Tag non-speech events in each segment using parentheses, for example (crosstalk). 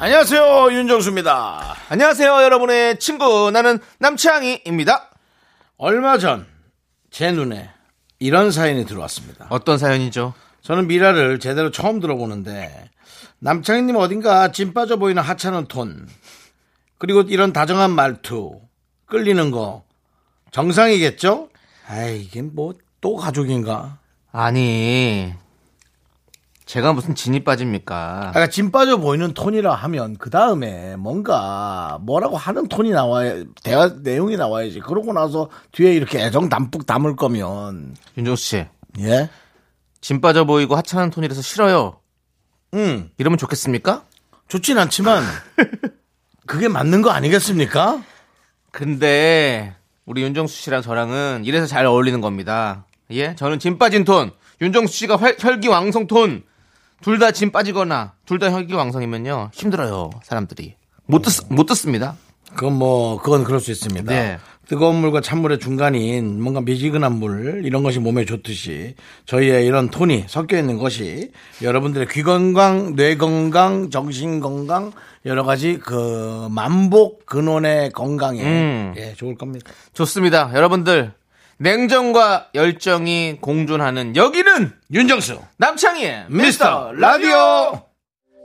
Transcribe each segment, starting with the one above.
안녕하세요 윤정수입니다. 안녕하세요, 여러분의 친구. 나는 남창희입니다. 얼마 전 제 눈에 이런 사연이 들어왔습니다. 어떤 사연이죠? 저는 미라를 제대로 처음 들어보는데 남창희님 어딘가 진 빠져 보이는 하찮은 톤 그리고 이런 다정한 말투 끌리는 거 정상이겠죠? 아이 이게 뭐 또 가족인가? 아니, 제가 무슨 진이 빠집니까? 아까 진 빠져 보이는 톤이라 하면 그 다음에 뭔가 뭐라고 하는 톤이 나와야 대화 내용이 나와야지 그러고 나서 뒤에 이렇게 애정 담뿍 담을 거면 윤정수 씨, 예? 진 빠져 보이고 하찮은 톤이라서 싫어요. 응 이러면 좋겠습니까? 음, 좋진 않지만 그게 맞는 거 아니겠습니까? 근데 우리 윤정수 씨랑 저랑은 이래서 잘 어울리는 겁니다. 예? 저는 진 빠진 톤, 윤정수 씨가 활- 혈기왕성 톤. 둘 다 진 빠지거나 둘 다 혈기왕성이면요 힘들어요 사람들이 못, 듣, 못 듣습니다. 그건 뭐 그건 그럴 수 있습니다. 네. 뜨거운 물과 찬물의 중간인 뭔가 미지근한 물 이런 것이 몸에 좋듯이 저희의 이런 톤이 섞여 있는 것이 여러분들의 귀 건강, 뇌 건강, 정신 건강 여러 가지 그 만복 근원의 건강에 음. 예, 좋을 겁니다. 좋습니다. 여러분들 냉정과 열정이 공존하는 여기는 윤정수 남창희의 미스터 라디오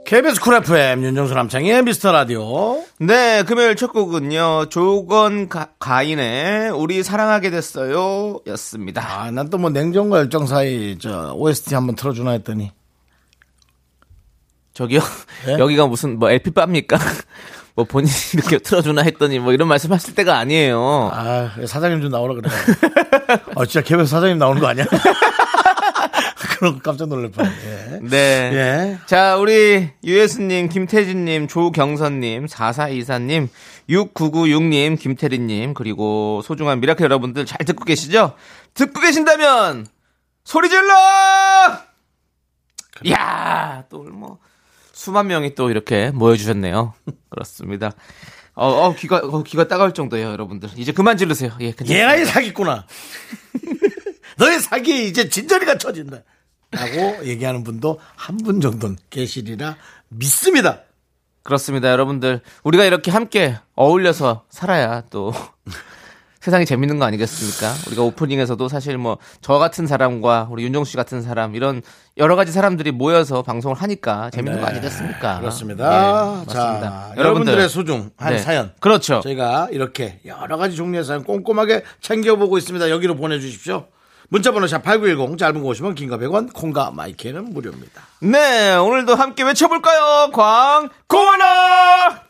KBS 쿨 FM 윤정수 남창의 미스터 라디오 네 금요일 첫 곡은요 조건 가, 가인의 우리 사랑하게 됐어요 였습니다 아, 난 또 뭐 냉정과 열정 사이 저 OST 한번 틀어주나 했더니 저기요 네? 여기가 무슨 뭐 LP 바입니까 (laughs) 뭐 본인이 이렇게 틀어주나 했더니 뭐 이런 말씀하실 때가 아니에요 아, 사장님 좀 나오라 그래. (laughs) 아, 진짜 개별 사장님 나오는 거 아니야? (laughs) 그럼 깜짝 놀랄 뻔. 예. 네. 예. 자, 우리 유예수님, 김태진님, 조경선님, 4424님, 6996님, 김태리님, 그리고 소중한 미라클 여러분들 잘 듣고 계시죠? 듣고 계신다면, 소리 질러! 이야, 또 뭐, 수만 명이 또 이렇게 모여주셨네요. (laughs) 그렇습니다. 어, 어, 귀가, 어, 귀가 따가울 정도예요, 여러분들. 이제 그만 질르세요. 예, 괜찮습니다. 얘가 이 사기꾼아. (laughs) 너의 사기에 이제 진저리가 쳐진다. 라고 얘기하는 분도 한 분 정도는 계시리라 믿습니다. 그렇습니다, 여러분들. 우리가 이렇게 함께 어울려서 살아야 또 (laughs) 세상이 재밌는 거 아니겠습니까? 우리가 오프닝에서도 사실 뭐 저 같은 사람과 우리 윤정수 씨 같은 사람 이런 여러 가지 사람들이 모여서 방송을 하니까 재밌는 거 아니겠습니까? 네, 그렇습니다. 예, 맞습니다. 자, 여러분들의 소중한 네. 사연. 그렇죠. 저희가 이렇게 여러 가지 종류의 사연 꼼꼼하게 챙겨보고 있습니다. 여기로 보내주십시오. 문자번호 샵8910 짧은 거 50원 긴거 100원 콩과 마이크는 무료입니다. 네, 오늘도 함께 외쳐볼까요? 광, 고원아!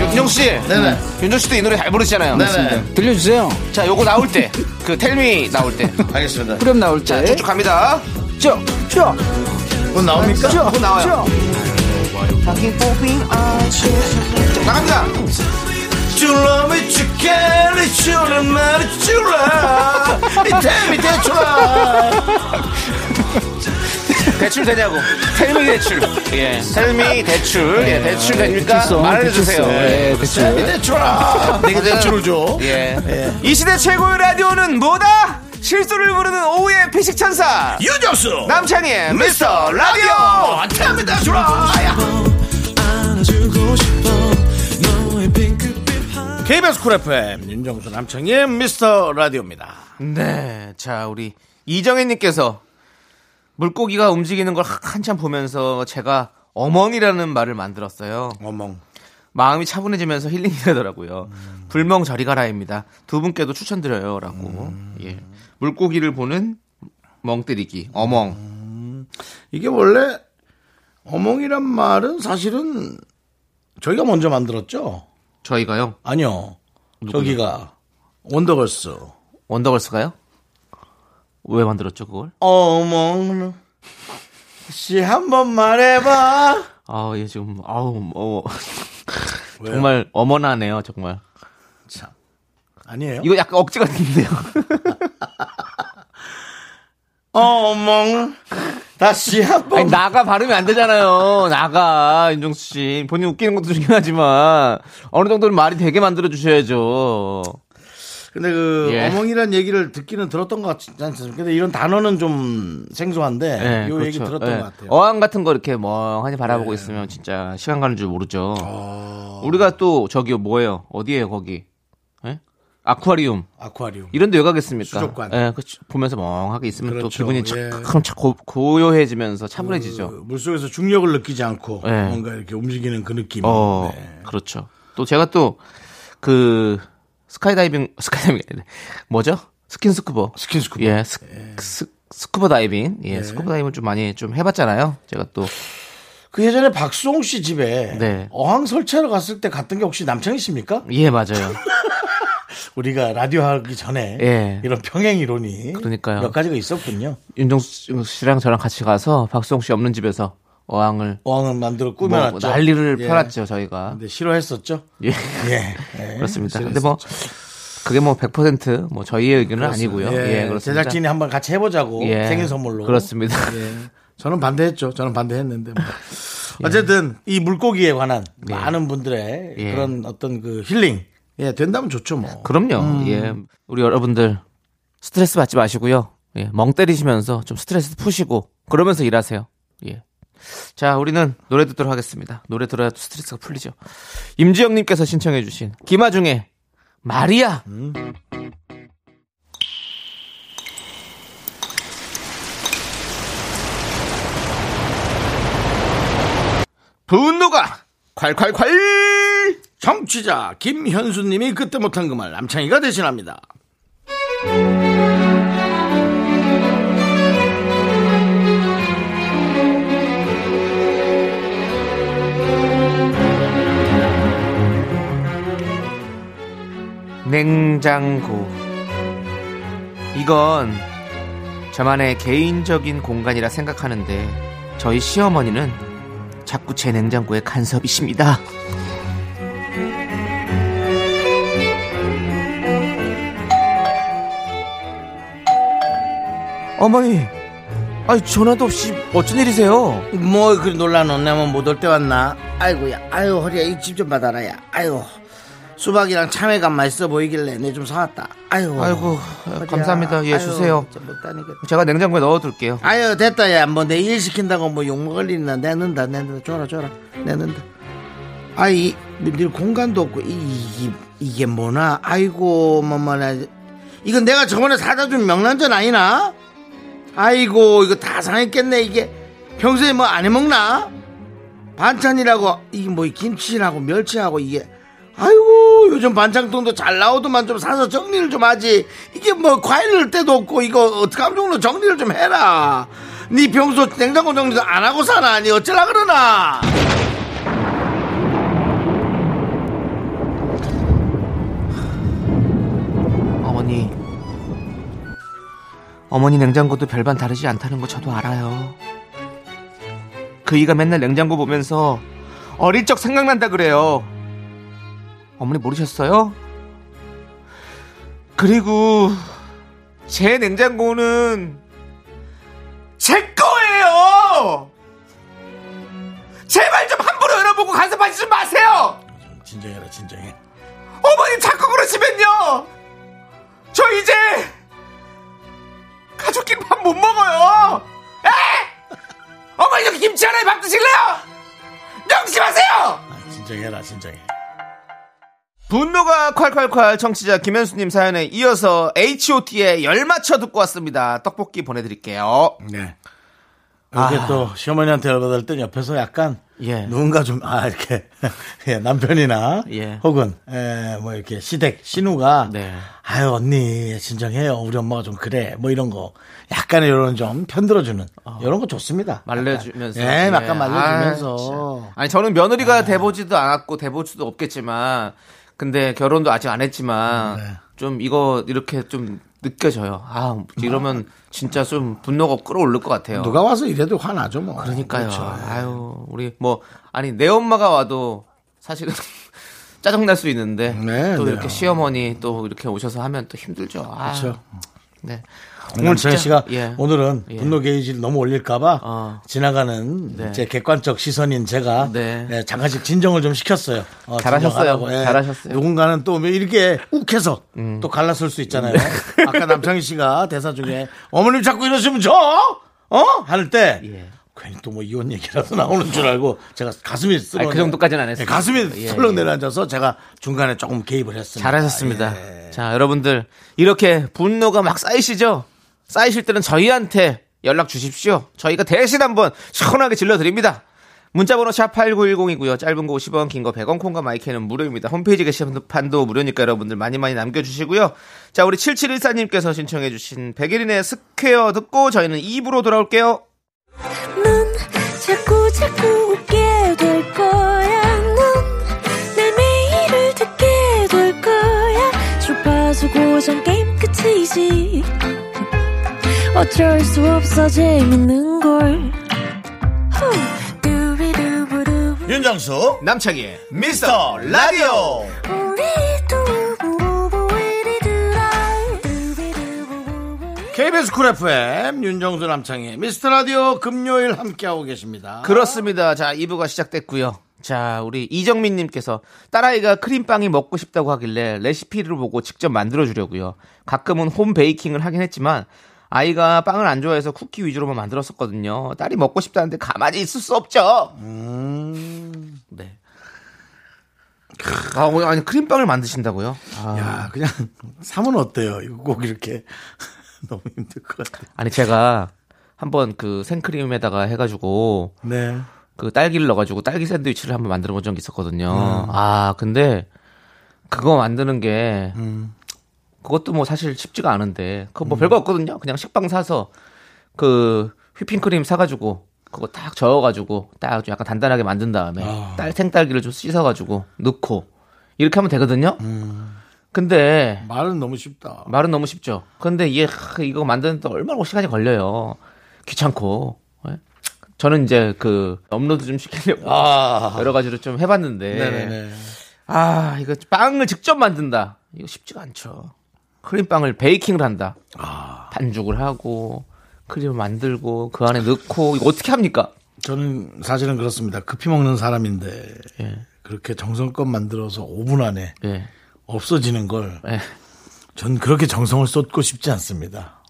윤정씨, 네네. 윤정씨도 이 노래 잘 부르시잖아요. 네네. 들려주세요. 자, 요거 나올 때, 그 텔미 나올 때. 알겠습니다. 그럼 나올 자, 때. 쭉쭉 갑니다. 쭉, 쭉, 곧 나옵니까? 쭉, 곧 나와요. 쭉. 나갑니다. You love me, you care, you love me, you love. It tell me that you love. 대출 되냐고. 텔미 대출. 예. 텔미 대출. 네. 예, 대출 됩니까? 대출성, 말해주세요. 대출성. 예. 예, Tell me 대출. that you love. 내게 대출을 줘. 예. 이 시대 최고의 라디오는 뭐다? 실수를 부르는 오후의 피식천사. 유정수 남창희의 미스터 라디오! 라디오. Tell me that you love. KBS 쿨 FM 윤정수 남창희의 미스터 라디오입니다. 네. 자, 우리 이정혜님께서 물고기가 움직이는 걸 한참 보면서 제가 어멍이라는 말을 만들었어요. 어멍. 마음이 차분해지면서 힐링이 되더라고요. 불멍 저리 가라입니다. 두 분께도 추천드려요라고. 예. 물고기를 보는 멍때리기 어멍. 이게 원래 어멍이란 말은 사실은 저희가 먼저 만들었죠. 저희가요. 아니요. 저기가 원더걸스 원더걸스가요? 왜 만들었죠 그걸? 어머 씨 한 번 말해봐 아, 예, 지금, 아우, 어, 정말 어머나네요, 정말. 참 아니에요? 이거 약간 억지 같은데요? 어멍 다시 아니, 한번 나가 발음이 안 되잖아요. 나가, 윤종수 씨. 본인 웃기는 것도 중요하지만, 어느 정도는 말이 되게 만들어주셔야죠. 근데 그 예. 어멍이란 얘기를 듣기는 들었던 것 같지 않습니까? 근데 이런 단어는 좀 생소한데 예, 이 얘기 들었던 예. 것 같아요. 네. 어항 같은 거 이렇게 멍하니 바라보고 있으면 진짜 시간 가는 줄 모르죠. 어, 우리가 또, 저기, 뭐예요? 어디예요, 거기? 예? 아쿠아리움. 아쿠아리움. 이런데 왜 가겠습니까? 수족관. 예, 그 보면서 멍하게 있으면 또 그렇죠. 기분이 예. 착, 착 고, 고요해지면서 차분해지죠. 그 물속에서 중력을 느끼지 않고 예. 뭔가 이렇게 움직이는 그 느낌. 어, 네. 그렇죠. 또 제가 또 그 스카이다이빙 스카이다이빙 아니네. 뭐죠? 스킨스쿠버. 스킨스쿠버. 네. 예, 스, 스, 스쿠버 다이빙. 예, 스쿠버 다이빙 좀 많이 좀 해봤잖아요. 제가 또 그 예전에 박수홍 씨 집에 네. 어항 설치하러 갔을 때 갔던 게 혹시 남창희 씨입니까? (laughs) 예, 맞아요. 우리가 라디오 하기 전에 예. 이런 평행 이론이 그러니까요. 몇 가지가 있었군요. 윤정수 씨랑 저랑 같이 가서 박수홍 씨 없는 집에서 어항을 어항을 만들어 뭐, 꾸며놨죠. 난리를 예. 펴놨죠 저희가. 근데 싫어했었죠. 예. 예. 예. 그렇습니다. 근데 뭐 그게 뭐 100%뭐 저희의 의견은 아니고요. 예, 그렇습니다. 제작진이 한번 같이 해보자고 예. 생일 선물로. 그렇습니다. 예. 저는 반대했죠. 저는 반대했는데. (laughs) 뭐. 어쨌든 이 물고기에 관한 많은 분들의 예. 그런 어떤 그 힐링. 예, 된다면 좋죠 뭐. 그럼요. 예. 우리 여러분들 스트레스 받지 마시고요. 예. 멍 때리시면서 좀 스트레스 푸시고 그러면서 일하세요. 예. 자, 우리는 노래 듣도록 하겠습니다. 노래 들어야 또 스트레스가 풀리죠. 임지영 님께서 신청해 주신 김아중의 마리아. 분노가 콸콸콸! 정취자 김현수님이 그때 못한 그 말 남창희가 대신합니다. 냉장고. 이건 저만의 개인적인 공간이라 생각하는데 저희 시어머니는 자꾸 제 냉장고에 간섭이십니다. 어머니, 아니 전화도 없이 어쩐 일이세요? 뭐 그리 놀라놓냐면 못 올 때 왔나? 아이고야, 아유 허리야 이 집 좀 받아라야. 아유 수박이랑 참외가 맛있어 보이길래 내 좀 사왔다. 아유, 아이고, 허리야. 감사합니다. 예, 주세요. 진짜 못 다니겠다. 제가 냉장고에 넣어둘게요. 아유 됐다야 뭐 내 일 시킨다고 뭐 욕먹을 일이나 내는다 내는다 줘라 줘라 내는다 아이 늘 공간도 없고 이, 이게 이게 뭐나 아이고 뭐뭐나 이건 내가 저번에 사다 준 명란젓 아니나 아이고 이거 다 상했겠네 이게 평소에 뭐 안 해먹나 반찬이라고 이게 뭐 김치라고 멸치하고 이게 아이고 요즘 반찬통도 잘 나오더만 좀 사서 정리를 좀 하지 이게 뭐 과일 넣을 때도 없고 이거 어떡하면 정도 정리를 좀 해라 네 평소 냉장고 정리도 안 하고 사나 니 어쩌라 그러나 어머니. 어머니 냉장고도 별반 다르지 않다는 거 저도 알아요. 그이가 맨날 냉장고 보면서 어릴 적 생각난다 그래요. 어머니 모르셨어요? 그리고 제 냉장고는 제 거예요! 제발 좀 함부로 열어보고 간섭하지 좀 마세요! 진정해라 진정해 어머니 자꾸 그러시면요 저 이제 가족끼리 밥 못 먹어요 에? 어머니 여기 김치 하나에 밥 드실래요? 명심하세요 아, 진정해라 진정해 분노가 콸콸콸 청취자 김현수님 사연에 이어서 H.O.T의 열맞춰 듣고 왔습니다 떡볶이 보내드릴게요 네 이렇게 아. 또 시어머니한테 열받을 땐 옆에서 약간 예. 누군가 좀 아 이렇게 (laughs) 예, 남편이나 예. 혹은 예, 뭐 이렇게 시댁 신우가 네. 아유 언니 진정해요 우리 엄마가 좀 그래 뭐 이런 거 약간의 이런 좀 편들어주는 이런 거 좋습니다. 말려주면서 약간. 예, 약간 아, 말려주면서 예. 진짜. 아니 저는 며느리가 돼보지도 않았고 돼볼 네. 수도 없겠지만 근데 결혼도 아직 안 했지만 좀 이거 이렇게 좀 느껴져요. 아 이러면 진짜 좀 분노가 끌어올릴 것 같아요. 누가 와서 이래도 화나죠 뭐. 그러니까요. 그렇죠. 아유 우리 뭐 아니 내 엄마가 와도 사실은 (laughs) 짜증 날 수 있는데 네, 또 네. 이렇게 시어머니 또 이렇게 오셔서 하면 또 힘들죠. 아, 그렇죠. 네. 오늘 재 진짜- 씨가 예. 오늘은 예. 분노 게이지를 너무 올릴까봐 어. 지나가는 네. 제 객관적 시선인 제가 네. 예, 잠깐씩 진정을 좀 시켰어요. 어, 잘하셨어요. 진정하라고. 예. 잘하셨어요. 음. 누군가는 또 이렇게 욱해서 또 갈라설 수 있잖아요. 네. (laughs) 아까 남창희 씨가 대사 중에 어머님 자꾸 이러시면 저 어? 할 때 예. 괜히 또 뭐 이혼 얘기라서 나오는 줄 알고 제가 가슴이 쓸어 아니, 그 정도까지는 안 예, 했어요. 가슴이 예, 설렁 예. 내려앉아서 제가 중간에 조금 개입을 했습니다. 아, 예. 잘하셨습니다. 음, 자, 여러분들 이렇게 분노가 막 쌓이시죠? 쌓이실 때는 저희한테 연락 주십시오. 저희가 대신 한번 시원하게 질러드립니다. 문자번호 샵 8910이고요. 짧은 거 50원, 긴 거 100원, 콩과 마이크는 무료입니다. 홈페이지 게시판도 무료니까 여러분들 많이 많이 남겨주시고요. 자, 우리 7714님께서 신청해주신 백일인의 스퀘어 듣고 저희는 2부로 돌아올게요. 넌 자꾸 자꾸 웃게 될 거야. 넌내 매일을 듣게 될 거야. 주파수 고정 게임 끝이지. 어쩔 수 없어 재밌는 걸. 후. 두비두부두. 윤정수 남창희의 미스터 라디오 우리 두부부부이리두라. 두비두부부부. KBS 쿨 FM 윤정수 남창희 미스터 라디오 금요일 함께하고 계십니다. 아. 그렇습니다. 자, 2부가 시작됐고요. 자, 우리 이정민 님께서 딸아이가 크림빵이 먹고 싶다고 하길래 레시피를 보고 직접 만들어 주려고요. 가끔은 홈 베이킹을 하긴 했지만 아이가 빵을 안 좋아해서 쿠키 위주로만 만들었었거든요. 딸이 먹고 싶다는데 가만히 있을 수 없죠. 네. 아, 오늘 아니 크림빵을 만드신다고요? 아, 야 그냥 삼은 어때요? 이거 꼭 이렇게 너무 힘들 것 같아요. 아니 제가 한번 그 생크림에다가 해가지고 네. 그 딸기를 넣어가지고 딸기 샌드위치를 한번 만들어 본 적이 있었거든요. 아, 근데 그거 만드는 게 그것도 뭐 사실 쉽지가 않은데 그거 뭐 별거 없거든요. 그냥 식빵 사서 그 휘핑크림 사가지고 그거 딱 저어가지고 딱좀 약간 단단하게 만든 다음에 딸 생딸기를 좀 씻어가지고 넣고 이렇게 하면 되거든요. 근데 말은 너무 쉽다. 말은 너무 쉽죠. 근데 이게 하, 이거 만드는데 얼마나 뭐 시간이 걸려요. 귀찮고. 예? 저는 이제 그 업로드 좀 시키려고 아. 여러 가지로 좀 해봤는데 네네네. 아 이거 빵을 직접 만든다 이거 쉽지가 않죠. 크림빵을 베이킹을 한다. 아. 반죽을 하고 크림을 만들고 그 안에 넣고 이거 어떻게 합니까? 저는 사실은 그렇습니다. 급히 먹는 사람인데 예. 그렇게 정성껏 만들어서 5분 안에 예. 없어지는 걸 전 예. 그렇게 정성을 쏟고 싶지 않습니다.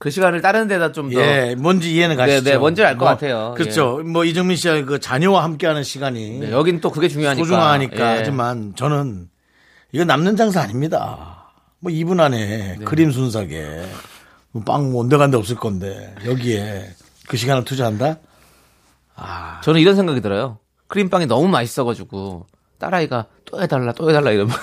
그 시간을 다른 데다 좀 더 예, 뭔지 이해는 가시죠? 네, 뭔지를 알것 뭐, 같아요. 그렇죠. 뭐 이정민 씨의 그 자녀와 함께하는 시간이 예. 여기는 또 그게 중요하니까 소중하니까 예. 하지만 저는 이거 남는 장사 아닙니다. 뭐 2분 안에 그림 순삭에 뭐 빵 온데간데 없을 건데 여기에 그 시간을 투자한다? 저는 이런 생각이 들어요. 크림빵이 너무 맛있어가지고 딸아이가 또 해달라 또 해달라 이러면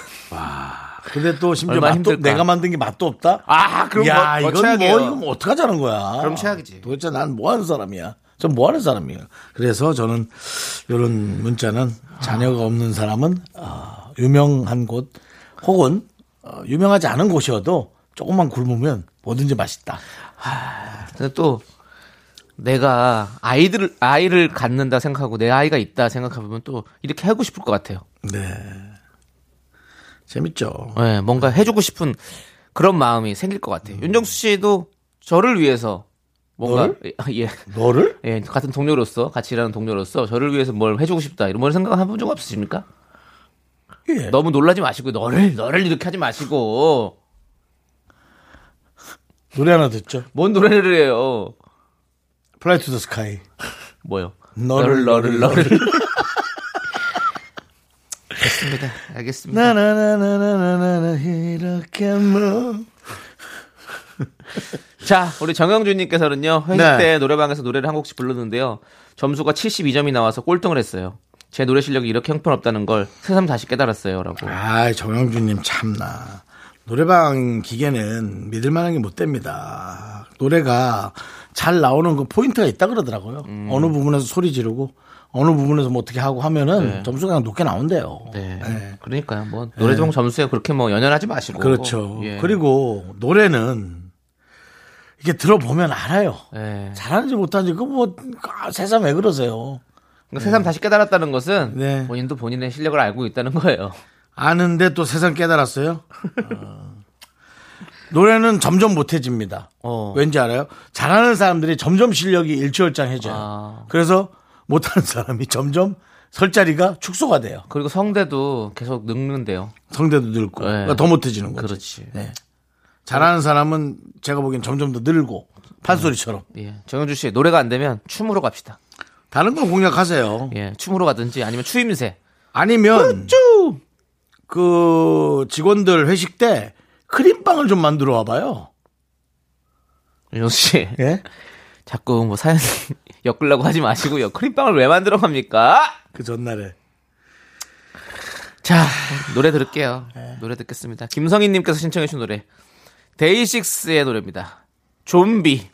근데 또 심지어 얼마나 맛도 힘들까. 내가 만든 게 맛도 없다? 아 그럼 야 뭐, 이건 뭐뭐 최악이에요. 이거 뭐 어떻게 하자는 거야? 그럼 최악이지. 도대체 난 뭐 하는 사람이야? 전 뭐 하는 사람이에요? 그래서 저는 이런 문자는 자녀가 없는 사람은 어, 유명한 곳 혹은 어, 유명하지 않은 곳이어도 조금만 굶으면 뭐든지 맛있다. 아, 근데 또 내가 아이들을 아이를 갖는다 생각하고 내 아이가 있다 생각하면 또 이렇게 하고 싶을 것 같아요. 네. 재밌죠. 예, 뭔가 해주고 싶은 그런 마음이 생길 것 같아요. 윤정수 씨도 저를 위해서 뭔가 예. 너를? 예, 같은 동료로서 같이 일하는 동료로서 저를 위해서 뭘 해주고 싶다 이런 걸 생각해본 적 없으십니까? 예. 너무 놀라지 마시고 너를 너를 이렇게 하지 마시고 노래 하나 듣죠. 뭔 노래를 해요? 플라이 투 더 스카이. 뭐요? 너를, 너를, (laughs) 알겠습니다. 알겠습니다. 나나나나나나나 이렇게 뭐 자, 우리 정영준님께서는요 회식 네. 때 노래방에서 노래를 한 곡씩 불렀는데요 점수가 72점이 나와서 꼴등을 했어요. 제 노래 실력이 이렇게 형편없다는 걸 새삼 다시 깨달았어요라고. 아, 정영준님 참나. 노래방 기계는 믿을 만한 게 못 음. 됩니다. 노래가 잘 나오는 그 포인트가 있다 그러더라고요. 어느 부분에서 소리 지르고 어느 부분에서 뭐 어떻게 하고 하면은 점수가 그냥 높게 나온대요. 네. 네. 그러니까요. 뭐 노래종 점수에 그렇게 뭐 연연하지 마시고. 그렇죠. 예. 그리고 노래는 이게 들어보면 알아요. 예. 잘하는지 못하는지 그뭐 아, 세상 왜 그러세요? 그러니까 새삼 다시 깨달았다는 것은 네. 본인도 본인의 실력을 알고 있다는 거예요. 아는데 또 세상 깨달았어요. 어. 노래는 점점 못해집니다. 어. 왠지 알아요? 잘하는 사람들이 점점 실력이 일취월장해져요. 아. 그래서 못하는 사람이 점점 설 자리가 축소가 돼요. 그리고 성대도 계속 늙는데요. 성대도 늘고 네. 그러니까 더 못해지는 거죠. 그렇지. 네. 잘하는 사람은 제가 보기엔 점점 더 늘고 판소리처럼 예. 정현주 씨 노래가 안 되면 춤으로 갑시다. 다른 걸 공략하세요. 예. 춤으로 가든지 아니면 추임새. 아니면 그 직원들 회식 때 크림빵을 좀 만들어 와봐요. 윤정 씨. 예? 자꾸 뭐 사연 (laughs) 엮으려고 하지 마시고요. 크림빵을 왜 만들어 갑니까? 그 전날에 자, 노래 들을게요. 노래 듣겠습니다. 김성희님께서 신청해주신 노래. 데이식스의 노래입니다. 좀비.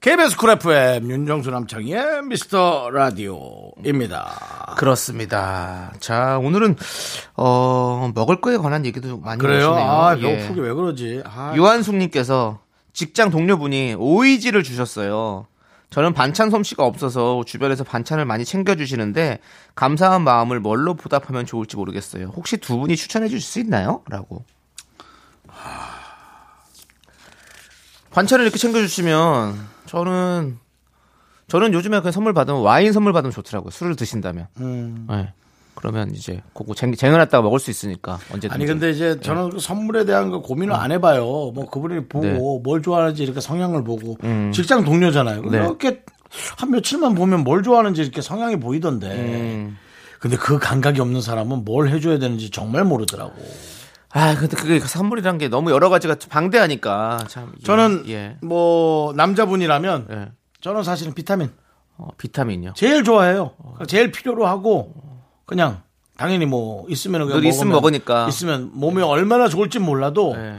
KBS 쿨 FM 윤정수 남창희의 미스터 라디오입니다. 그렇습니다. 자, 오늘은, 어, 먹을 거에 관한 얘기도 많이 그래요? 하시네요. 아 예. 배고프게 왜 그러지? 아, 유한숙님께서 직장 동료분이 오이지를 주셨어요. 저는 반찬 솜씨가 없어서 주변에서 반찬을 많이 챙겨주시는데 감사한 마음을 뭘로 보답하면 좋을지 모르겠어요. 혹시 두 분이 추천해 주실 수 있나요? 라고. 반찬을 이렇게 챙겨주시면 저는 저는 요즘에 그냥 선물 받으면 와인 선물 받으면 좋더라고요. 술을 드신다면. 음. 네. 그러면 이제 그거 쟁- 쟁여놨다가 먹을 수 있으니까 언제든지. 아니 근데 이제 저는 그 선물에 대한 거 고민을 안 해봐요. 뭐 그분이 보고 네. 뭘 좋아하는지 이렇게 성향을 보고 직장 동료잖아요. 이렇게 한 며칠만 보면 뭘 좋아하는지 이렇게 성향이 보이던데. 근데 그 감각이 없는 사람은 뭘 해줘야 되는지 정말 모르더라고. 아 근데 그게 선물이란 게 너무 여러 가지가 방대하니까 참 예, 저는 예, 뭐 남자분이라면 예. 저는 사실은 비타민 어, 비타민요 제일 좋아해요. 제일 필요로 하고 그냥 당연히 뭐 있으면 그냥 늘 있으면 먹으면 먹으니까. 있으면 몸에 얼마나 좋을지 몰라도 예.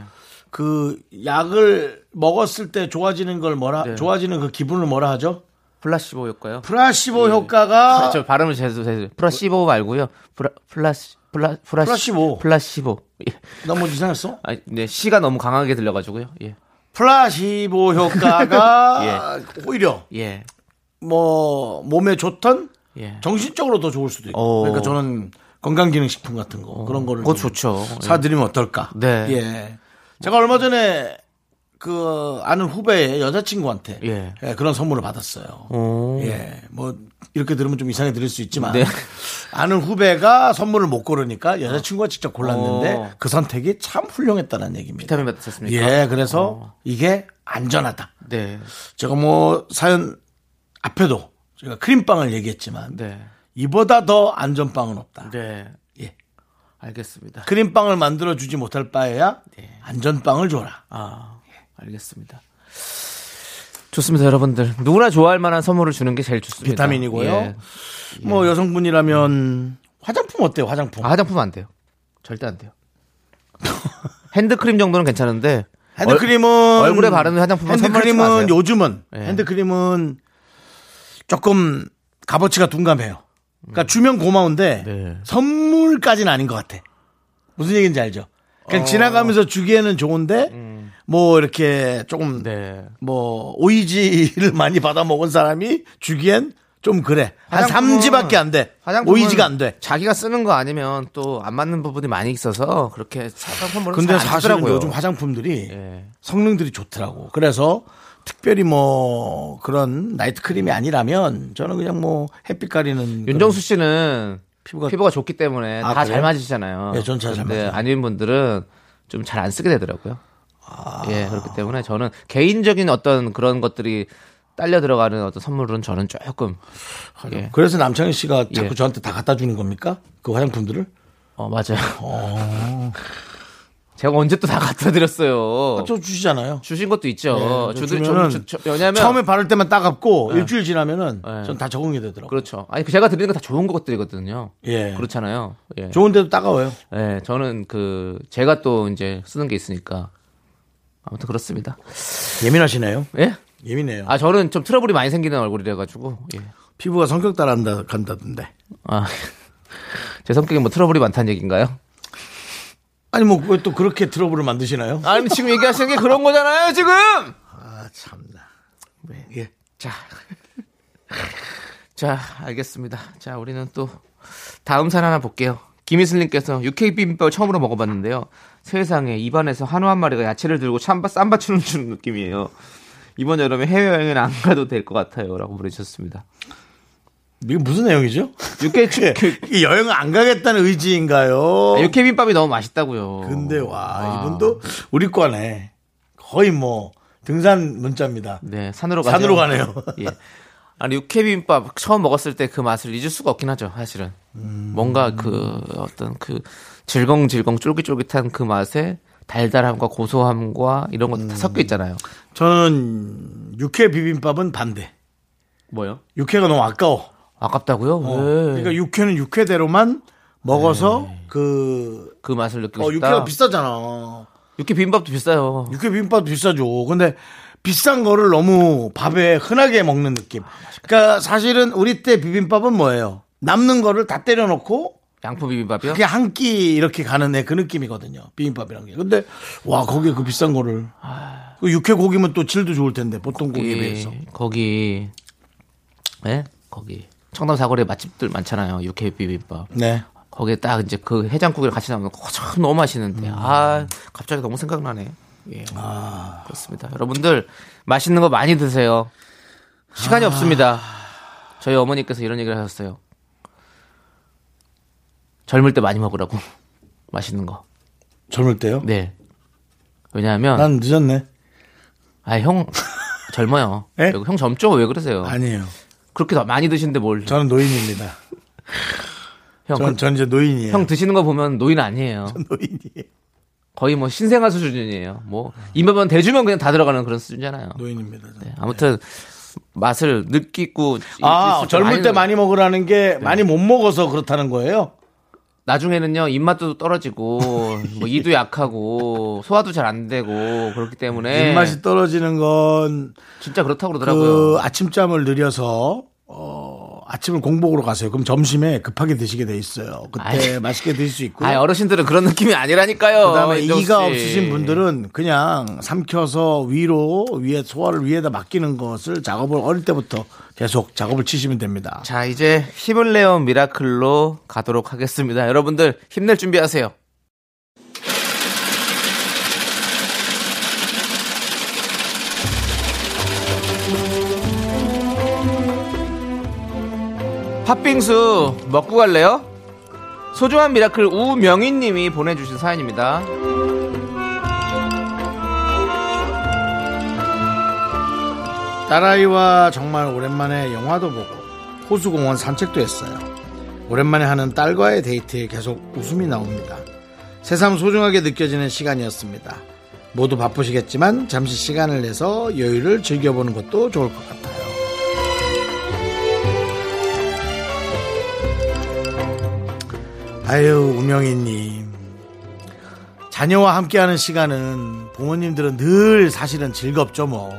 그 약을 먹었을 때 좋아지는 걸 뭐라 네. 좋아지는 그 기분을 뭐라 하죠? 플라시보 효과요 플라시보 아, 효과가 저 발음을 제대로 제대로 플라시보 말고요 플라 플라시 플라 플라시, 플라시보. 플라시보 예. 너무 이상했어? 아니 네 시가 너무 강하게 들려가지고요 예예 플라시보 (laughs) 효과가 오히려 예. 뭐 몸에 좋던 예. 정신적으로 더 좋을 수도 있고 어. 그러니까 저는 건강기능식품 같은 거 그런 거를 그거 좀 좋죠 예. 사드리면 어떨까? 네. 예. 제가 얼마 전에 그 아는 후배의 여자친구한테 예. 예, 그런 선물을 받았어요. 오. 예. 뭐 이렇게 들으면 좀 이상해 들릴 수 있지만 네. 아는 후배가 선물을 못 고르니까 여자친구가 직접 골랐는데 어. 그 선택이 참 훌륭했다는 얘기입니다. 비타민 받으셨습니까 어. 예. 그래서 이게 안전하다. 네네 제가 뭐 사연 앞에도 제가 크림빵을 얘기했지만 이보다 더 안전빵은 없다. 네. 예. 그- 알겠습니다 크림빵을 만들어 주지 못할 바에야 안전빵을 줘라. 네. 아, 알겠습니다. 좋습니다, 여러분들. 누구나 좋아할 만한 선물을 주는 게 제일 좋습니다. 비타민이고요. 예. 뭐 여성분이라면 화장품 어때요? 화장품. 아, 화장품 은안 돼요. 절대 안 돼요. (laughs) 핸드크림 정도는 괜찮은데 핸드크림은 얼굴에 바르는 화장품은 선물하지 핸드크림은 마세요. 요즘은 예. 핸드크림은 조금 값어치가 둔감해요. 그러니까 주면 고마운데 네. 선물까지는 아닌 것 같아. 무슨 얘기인지 알죠? 그냥 어. 지나가면서 주기에는 좋은데 뭐 이렇게 조금 음. 네. 뭐 오이지를 (laughs) 많이 받아 먹은 사람이 주기엔 좀 그래. 한 화장품은- 3지밖에 안 돼. 화장품은 오이지가 안 돼. 자기가 쓰는 거 아니면 또 안 맞는 부분이 많이 있어서 그렇게 화장품을 근데 잘안 사실은 쓰더라고요. 요즘 화장품들이 예. 성능들이 좋더라고. 그래서 특별히 뭐 그런 나이트 크림이 아니라면 저는 그냥 뭐 햇빛 가리는 윤정수 씨는 피부가- 피부가, 좋기 때문에 아, 다 잘 그래요? 맞으시잖아요. 예, 전잘잘 근데 맞아요. 아닌 분들은 좀 잘 안 쓰게 되더라고요. 아. 예, 그렇기 때문에 저는 개인적인 어떤 그런 것들이 딸려 들어가는 어떤 선물은 저는 조금 그런- 예. 그래서 남창희 씨가 자꾸 예. 저한테 다 갖다 주는 겁니까? 그 화장품들을? 어 맞아요. (laughs) 제가 언제 또 다 갖다 드렸어요. 갖다 주시잖아요. 주신 것도 있죠. 예, 주들 주면은 저- 저- 저- 왜냐면 처음에 바를 때만 따갑고 일주일 지나면은 예. 전 다 적응이 되더라고. 요 그렇죠. 아니 제가 드리는 거 다 좋은 것들이거든요. 예. 그렇잖아요. 예. 좋은데도 따가워요. 예, 저는 그 제가 또 이제 쓰는 게 있으니까 아무튼 그렇습니다. 예민하시네요. 예? 예민해요. 아 저는 좀 트러블이 많이 생기는 얼굴이라 가지고 예. 피부가 성격 따라간다 간다던데. 아, (laughs) 제 성격이 뭐 트러블이 많다는 얘기인가요? 아니 뭐 또 그렇게 트러블을 만드시나요? 아니 지금 얘기하시는 게 그런 거잖아요 지금 네. 아 참나. 예. 자, 자 알겠습니다 자 우리는 또 다음 사연 하나 볼게요 김희슬님께서 육회 비빔밥 처음으로 먹어봤는데요 세상에 입안에서 한우 한 마리가 야채를 들고 참바 쌈바 추는 주는 느낌이에요 이번 여름에 해외여행은 안 가도 될 것 같아요 라고 보내주셨습니다 이게 무슨 내용이죠? (laughs) 육회 이게 이게 여행을 안 가겠다는 의지인가요? 그- 네, 아, 육회 비빔밥이 너무 맛있다고요 어? 근데 아. 와 이분도 우리 과네 거의 뭐 등산 문자입니다. 네 산으로 가세요 산으로 (laughs) 가네요. 예. 아니 육회비빔밥 처음 먹었을 때 그 맛을 잊을 수가 없긴 하죠, 사실은. 뭔가 그 어떤 그 질겅질겅 쫄깃쫄깃한 그 맛에 달달함과 고소함과 이런 것도 다 섞여 있잖아요. 저는 육회 비빔밥은 반대. 뭐요? 육회가 너무 아까워. 아깝다고요? 어. 왜? 그러니까 육회는 육회대로만 먹어서 그 그 네. 맛을 느끼고 어, 싶다. 육회가 비싸잖아. 육회 비빔밥도 비싸요. 육회 비빔밥도 비싸죠. 근데 비싼 거를 너무 밥에 흔하게 먹는 느낌. 그러니까 사실은 우리 때 비빔밥은 뭐예요? 남는 거를 다 때려놓고 양포 비빔밥이요? 그게 한 끼 이렇게 가는 애 그 느낌이거든요. 비빔밥이란 게. 근데 와 거기에 그 비싼 거를 그 육회 고기면 또 질도 좋을 텐데 보통 고기에 비해서. 거기 거기 예? 거기 청담 사거리에 맛집들 많잖아요. 육회 비빔밥. 네. 거기에 딱 이제 그 해장국이랑 같이 나오면 그거 참 너무 맛있는데 음. 아 갑자기 너무 생각나네. 예. 아. 그렇습니다. 여러분들 맛있는 거 많이 드세요. 아. 시간이 없습니다. 저희 어머니께서 이런 얘기를 하셨어요. 젊을 때 많이 먹으라고 (laughs) 맛있는 거. 젊을 때요? 네. 왜냐하면 난 늦었네. 아 형 젊어요. 예? 그리고 형 젊죠? 왜 그러세요? 아니에요. 그렇게 더 많이 드시는데 뭘? 저는 노인입니다. 형, 전, 예. 그- 전 이제 노인이에요. 형 드시는 거 보면 노인 아니에요. 노인이에요. 거의 뭐 신생아 수준이에요. 뭐 이만만 대주면 그냥 다 들어가는 그런 수준이잖아요. 노인입니다. 저는. 아무튼 맛을 느끼고 네. 아 있을 줄 젊을 때 네. 아는- 많이 먹으라는 게 많이 못 먹어서 그렇다는 거예요. 나중에는요 입맛도 떨어지고 뭐 이도 약하고 소화도 잘 안 되고 그렇기 때문에 입맛이 떨어지는 건 진짜 예. 그렇다고 그러더라고요. 그 아침잠을 늘려서 어, 아침을 공복으로 가세요. 그럼 점심에 급하게 드시게 돼 있어요. 그때 아이. 맛있게 드실 수 있고. 아 어르신들은 그런 느낌이 아니라니까요. 그다음에 윤정수 이가 씨. 없으신 분들은 그냥 삼켜서 위로 위에 소화를 위에다 맡기는 것을 작업을 어릴 때부터 계속 작업을 치시면 됩니다. 자 이제 힘을 내어 미라클로 가도록 하겠습니다. 여러분들 힘낼 준비하세요. 팥빙수 먹고 갈래요? 소중한 미라클 우명희님이 보내주신 사연입니다. 딸아이와 정말 오랜만에 영화도 보고 호수공원 산책도 했어요. 오랜만에 하는 딸과의 데이트에 계속 웃음이 나옵니다. 새삼 소중하게 느껴지는 시간이었습니다. 모두 바쁘시겠지만 잠시 시간을 내서 여유를 즐겨보는 것도 좋을 것 같아요. 아유, 우명희님. 자녀와 함께하는 시간은 부모님들은 늘 사실은 즐겁죠 뭐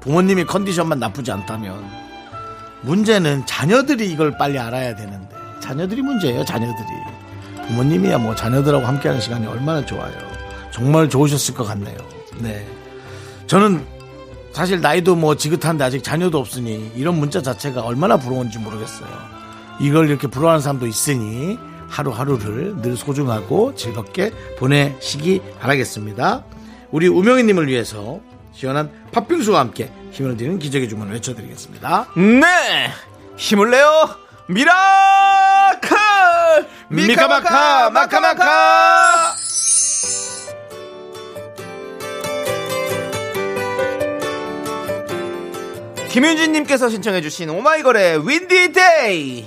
부모님이 컨디션만 나쁘지 않다면 문제는 자녀들이 이걸 빨리 알아야 되는데 자녀들이 문제예요 자녀들이 부모님이야 뭐 자녀들하고 함께하는 시간이 얼마나 좋아요 정말 좋으셨을 것 같네요 네 저는 사실 나이도 뭐 지긋한데 아직 자녀도 없으니 이런 문자 자체가 얼마나 부러운지 모르겠어요. 이걸 이렇게 부러워하는 사람도 있으니 하루하루를 늘 소중하고 즐겁게 보내시기 바라겠습니다. 우리 우명희님을 위해서 시원한 팥빙수와 함께 힘을 드리는 기적의 주문을 외쳐드리겠습니다. 네! 힘을 내요! 미라클! 미카마카! 마카마카! 김윤진님께서 신청해주신 오마이걸의 윈디데이!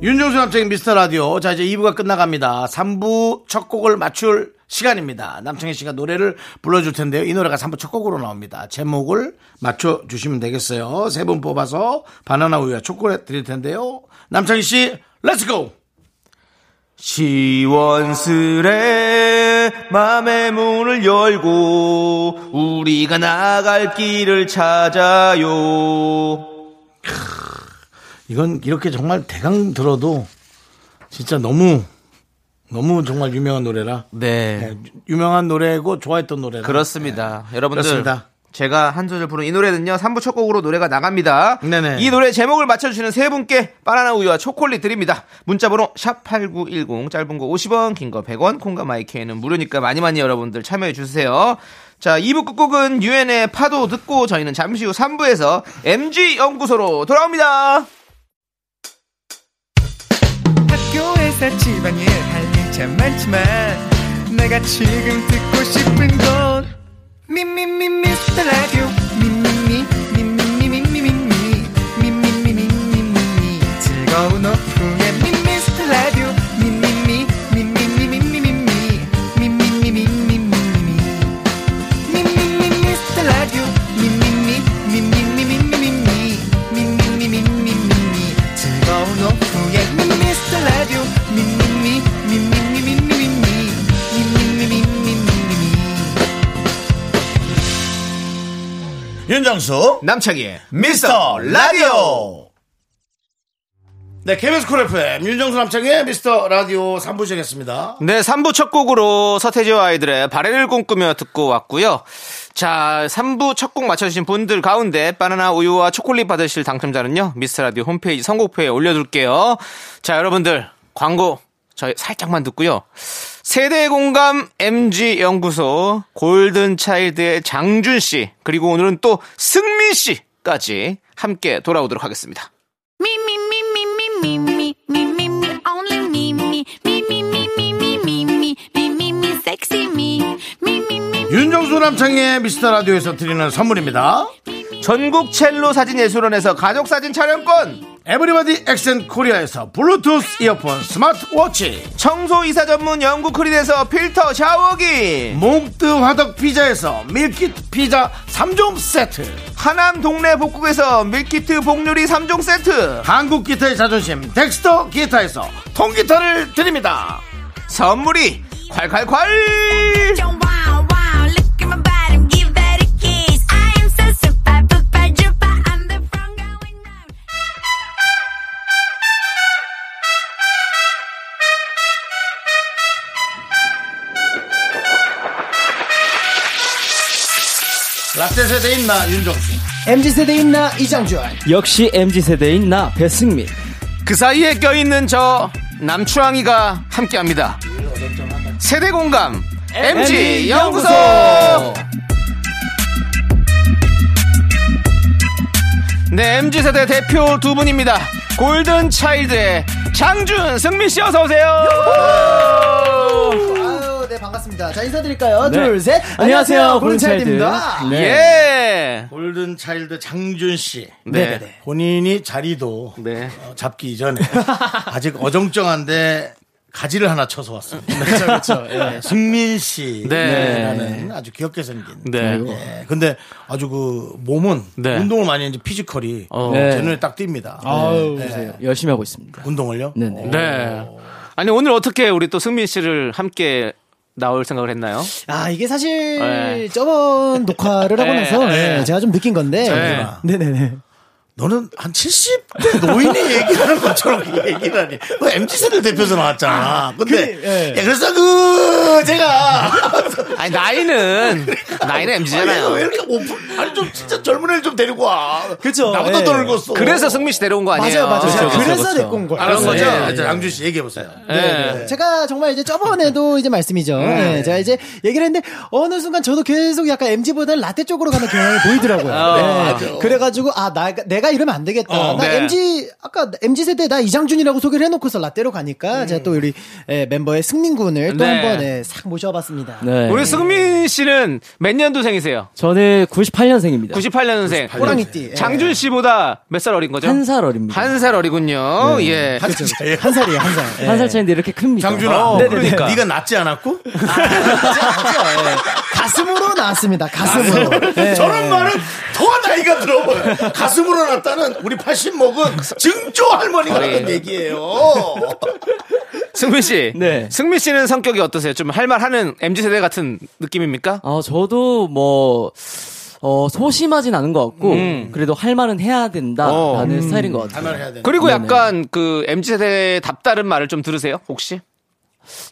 윤종수 남창인 미스터 라디오. 자, 이제 2부가 끝나갑니다. 3부 첫 곡을 맞출 시간입니다. 남창희 씨가 노래를 불러줄 텐데요. 이 노래가 3부 첫 곡으로 나옵니다. 제목을 맞춰주시면 되겠어요. 세 분 뽑아서 바나나 우유와 초콜릿 드릴 텐데요. 남창희 씨, 렛츠고! 시원스레 맘의 문을 열고 우리가 나갈 길을 찾아요 이건 이렇게 정말 대강 들어도 진짜 너무 너무 정말 유명한 노래라. 네. 네, 유명한 노래고 좋아했던 노래. 그렇습니다. 여러분들 그렇습니다. 제가 한 소절 부른 이 노래는요. 3부 첫 곡으로 노래가 나갑니다. 네네. 이 노래 제목을 맞춰주시는 세 분께 바나나 우유와 초콜릿 드립니다. 문자번호 샵8910 짧은 거 50원 긴 거 100원 콩과 마이케이는 무료니까 많이 많이 여러분들 참여해 주세요. 자 2부 끝곡은 유엔의 파도 듣고 저희는 잠시 후 3부에서 MG연구소로 어, 돌아옵니다. 학교에서 집안일 할 일 참 많지만 내가 지금 듣고 싶은 건 미미미 미스터 라디오 미미미 미미미 미미미 미미미 미미미 즐거운 오후에 미스터 라디오 미미미 미미미 미미미 미미미 미미미 미미미 미스터 라디오 미미미 미미미 미미미 미미미 미미미 즐거운 어? 오후에 미스터 라디오 미미미 미미미 미미미 미미미 미미미 윤정수 남창희의 미스터 라디오 네, KBS 쿨 FM 윤정수 남창의 미스터 라디오 3부 시작했습니다. 네, 3부 첫 곡으로 서태지와 아이들의 바래를 꿈꾸며 듣고 왔고요. 자, 3부 첫 곡 맞춰주신 분들 가운데 바나나 우유와 초콜릿 받으실 당첨자는요, 미스라디오 홈페이지 선곡표에 올려둘게요. 자, 여러분들, 광고 저희 살짝만 듣고요. 세대 공감 MG 연구소 골든차일드의 장준 씨 그리고 오늘은 또 승민 씨까지 함께 돌아오도록 하겠습니다. Me, me, me, me, me, me, me, me, me, me, only me, me, me, me, me, me, me, me, me, me, me, me, sexy me, me, me, me. 윤정수 남창의 미스터 라디오에서 드리는 선물입니다. 전국 첼로 사진 예술원에서 가족 사진 촬영권. 에브리바디 엑센 코리아에서 블루투스 이어폰 스마트워치 청소이사 전문 영국 크린에서 필터 샤워기 몽뜨 화덕 피자에서 밀키트 피자 3종 세트 하남 동네 복국에서 밀키트 복요리 3종 세트 한국 기타의 자존심 덱스터 기타에서 통기타를 드립니다 선물이 콸콸콸 Don't wow, wow, look at my bottom, give that a kiss. I am so super, super, duper, I'm the front going round. 라떼 세대인 나 윤정수 아, 역시 MZ세대인 나 배승민 그 사이에 껴있는 저 남추앙이가 함께합니다 세대공감 MG 연구소 네 MG 세대 대표 두 분입니다 골든 차일드의 장준 승민 씨 어서 오세요 아유, 네 반갑습니다. 자 인사드릴까요? 어, 둘, 셋. 네. 안녕하세요, 네. 고른차일드입니다. 예. 골든 차일드 장준 씨 네. 본인이 자리도 네. 어, 잡기 이전에 (laughs) 아직 어정쩡한데 가지를 하나 쳐서 왔습니다. 예, 승민 씨라는 아주 귀엽게 생긴. 네. 예, 근데 아주 그 몸은 네. 운동을 많이 했는지 피지컬이 어. 네. 제 눈에 딱 띕니다. 네. 열심히 하고 있습니다. 운동을요? 네네. 네. 아니 오늘 어떻게 우리 또 승민 씨를 함께 나올 생각을 했나요? 아 이게 사실 네. 저번 녹화를 하고 네, 나서 네. 네, 제가 좀 느낀 건데. 네. 네, 네, 네. 너는 한 70대 노인이 얘기하는 것처럼 얘기를 하니. 너 MZ세대 대표에서 나왔잖아. 근데, 그, 예. 예, 그래서 그, 제가. 아니 나이는 (laughs) 나이는 아니, 왜 MZ잖아요. 이렇게 오픈, 아니, 좀 진짜 젊은 애를 좀 데리고 와. 그쵸, 나보다 예. 더 늙었어. 그래서 승민 씨 데려온 거 아니에요? 맞아요, 맞아요. 제가 그렇죠, 그래서 네, 그렇죠. 데리고 온 거예요. 아, 알았어요. 거죠? 예, 예. 양준 씨 얘기해보세요. 예. 제가 정말 이제 (laughs) 저번에도 이제 말씀이죠. 네, 제가 이제 얘기를 했는데 어느 순간 저도 계속 약간 MG보다는 라떼 쪽으로 가는 (laughs) 경향이 보이더라고요. 네. 그래가지고 아 어, 나, 내가 이러면 안 되겠다. 나 네. MG 아까 MG 세대 나 이장준이라고 소개를 해놓고서 라떼로 가니까 제가 또 우리 예, 멤버의 승민 군을 또 네. 한번 예, 싹 모셔봤습니다. 네. 우리 승민 씨는 몇 년도생이세요? 저는 98년생입니다. 98년생. 호랑이띠. 예. 장준 씨보다 몇 살 어린 거죠? 한 살 어립니다. 네. 한 살 어리군요. 예. 한 살짜리. 한 살이에요, 한 살. 예. 한 네. 살 차이인데 이렇게 큽니다. 장준아, 어, 네네네. 그러니까. 네가 낫지 않았고? 맞아요. 아, 예. 가슴으로 나왔습니다. 가슴으로. 네. 예. (laughs) 저런 말은 더 나이가 들어 보여. 가슴으로 났다는 우리 80 먹은 증조 할머니가 거의. 그 하는 얘기예요. 승민 씨. 네. 승민 씨는 성격이 어떠세요? 좀 할 말 하는 MZ 세대 같은 느낌입니까? 아, 저도 어, 뭐 어, 소심하진 않은 것 같고 음. 그래도 할 말은 해야 어. 된다라는 스타일인 것 같아요. 해야 되는. 그리고 네네. 약간 그 MZ 세대 답다른 말을 좀 들으세요 혹시?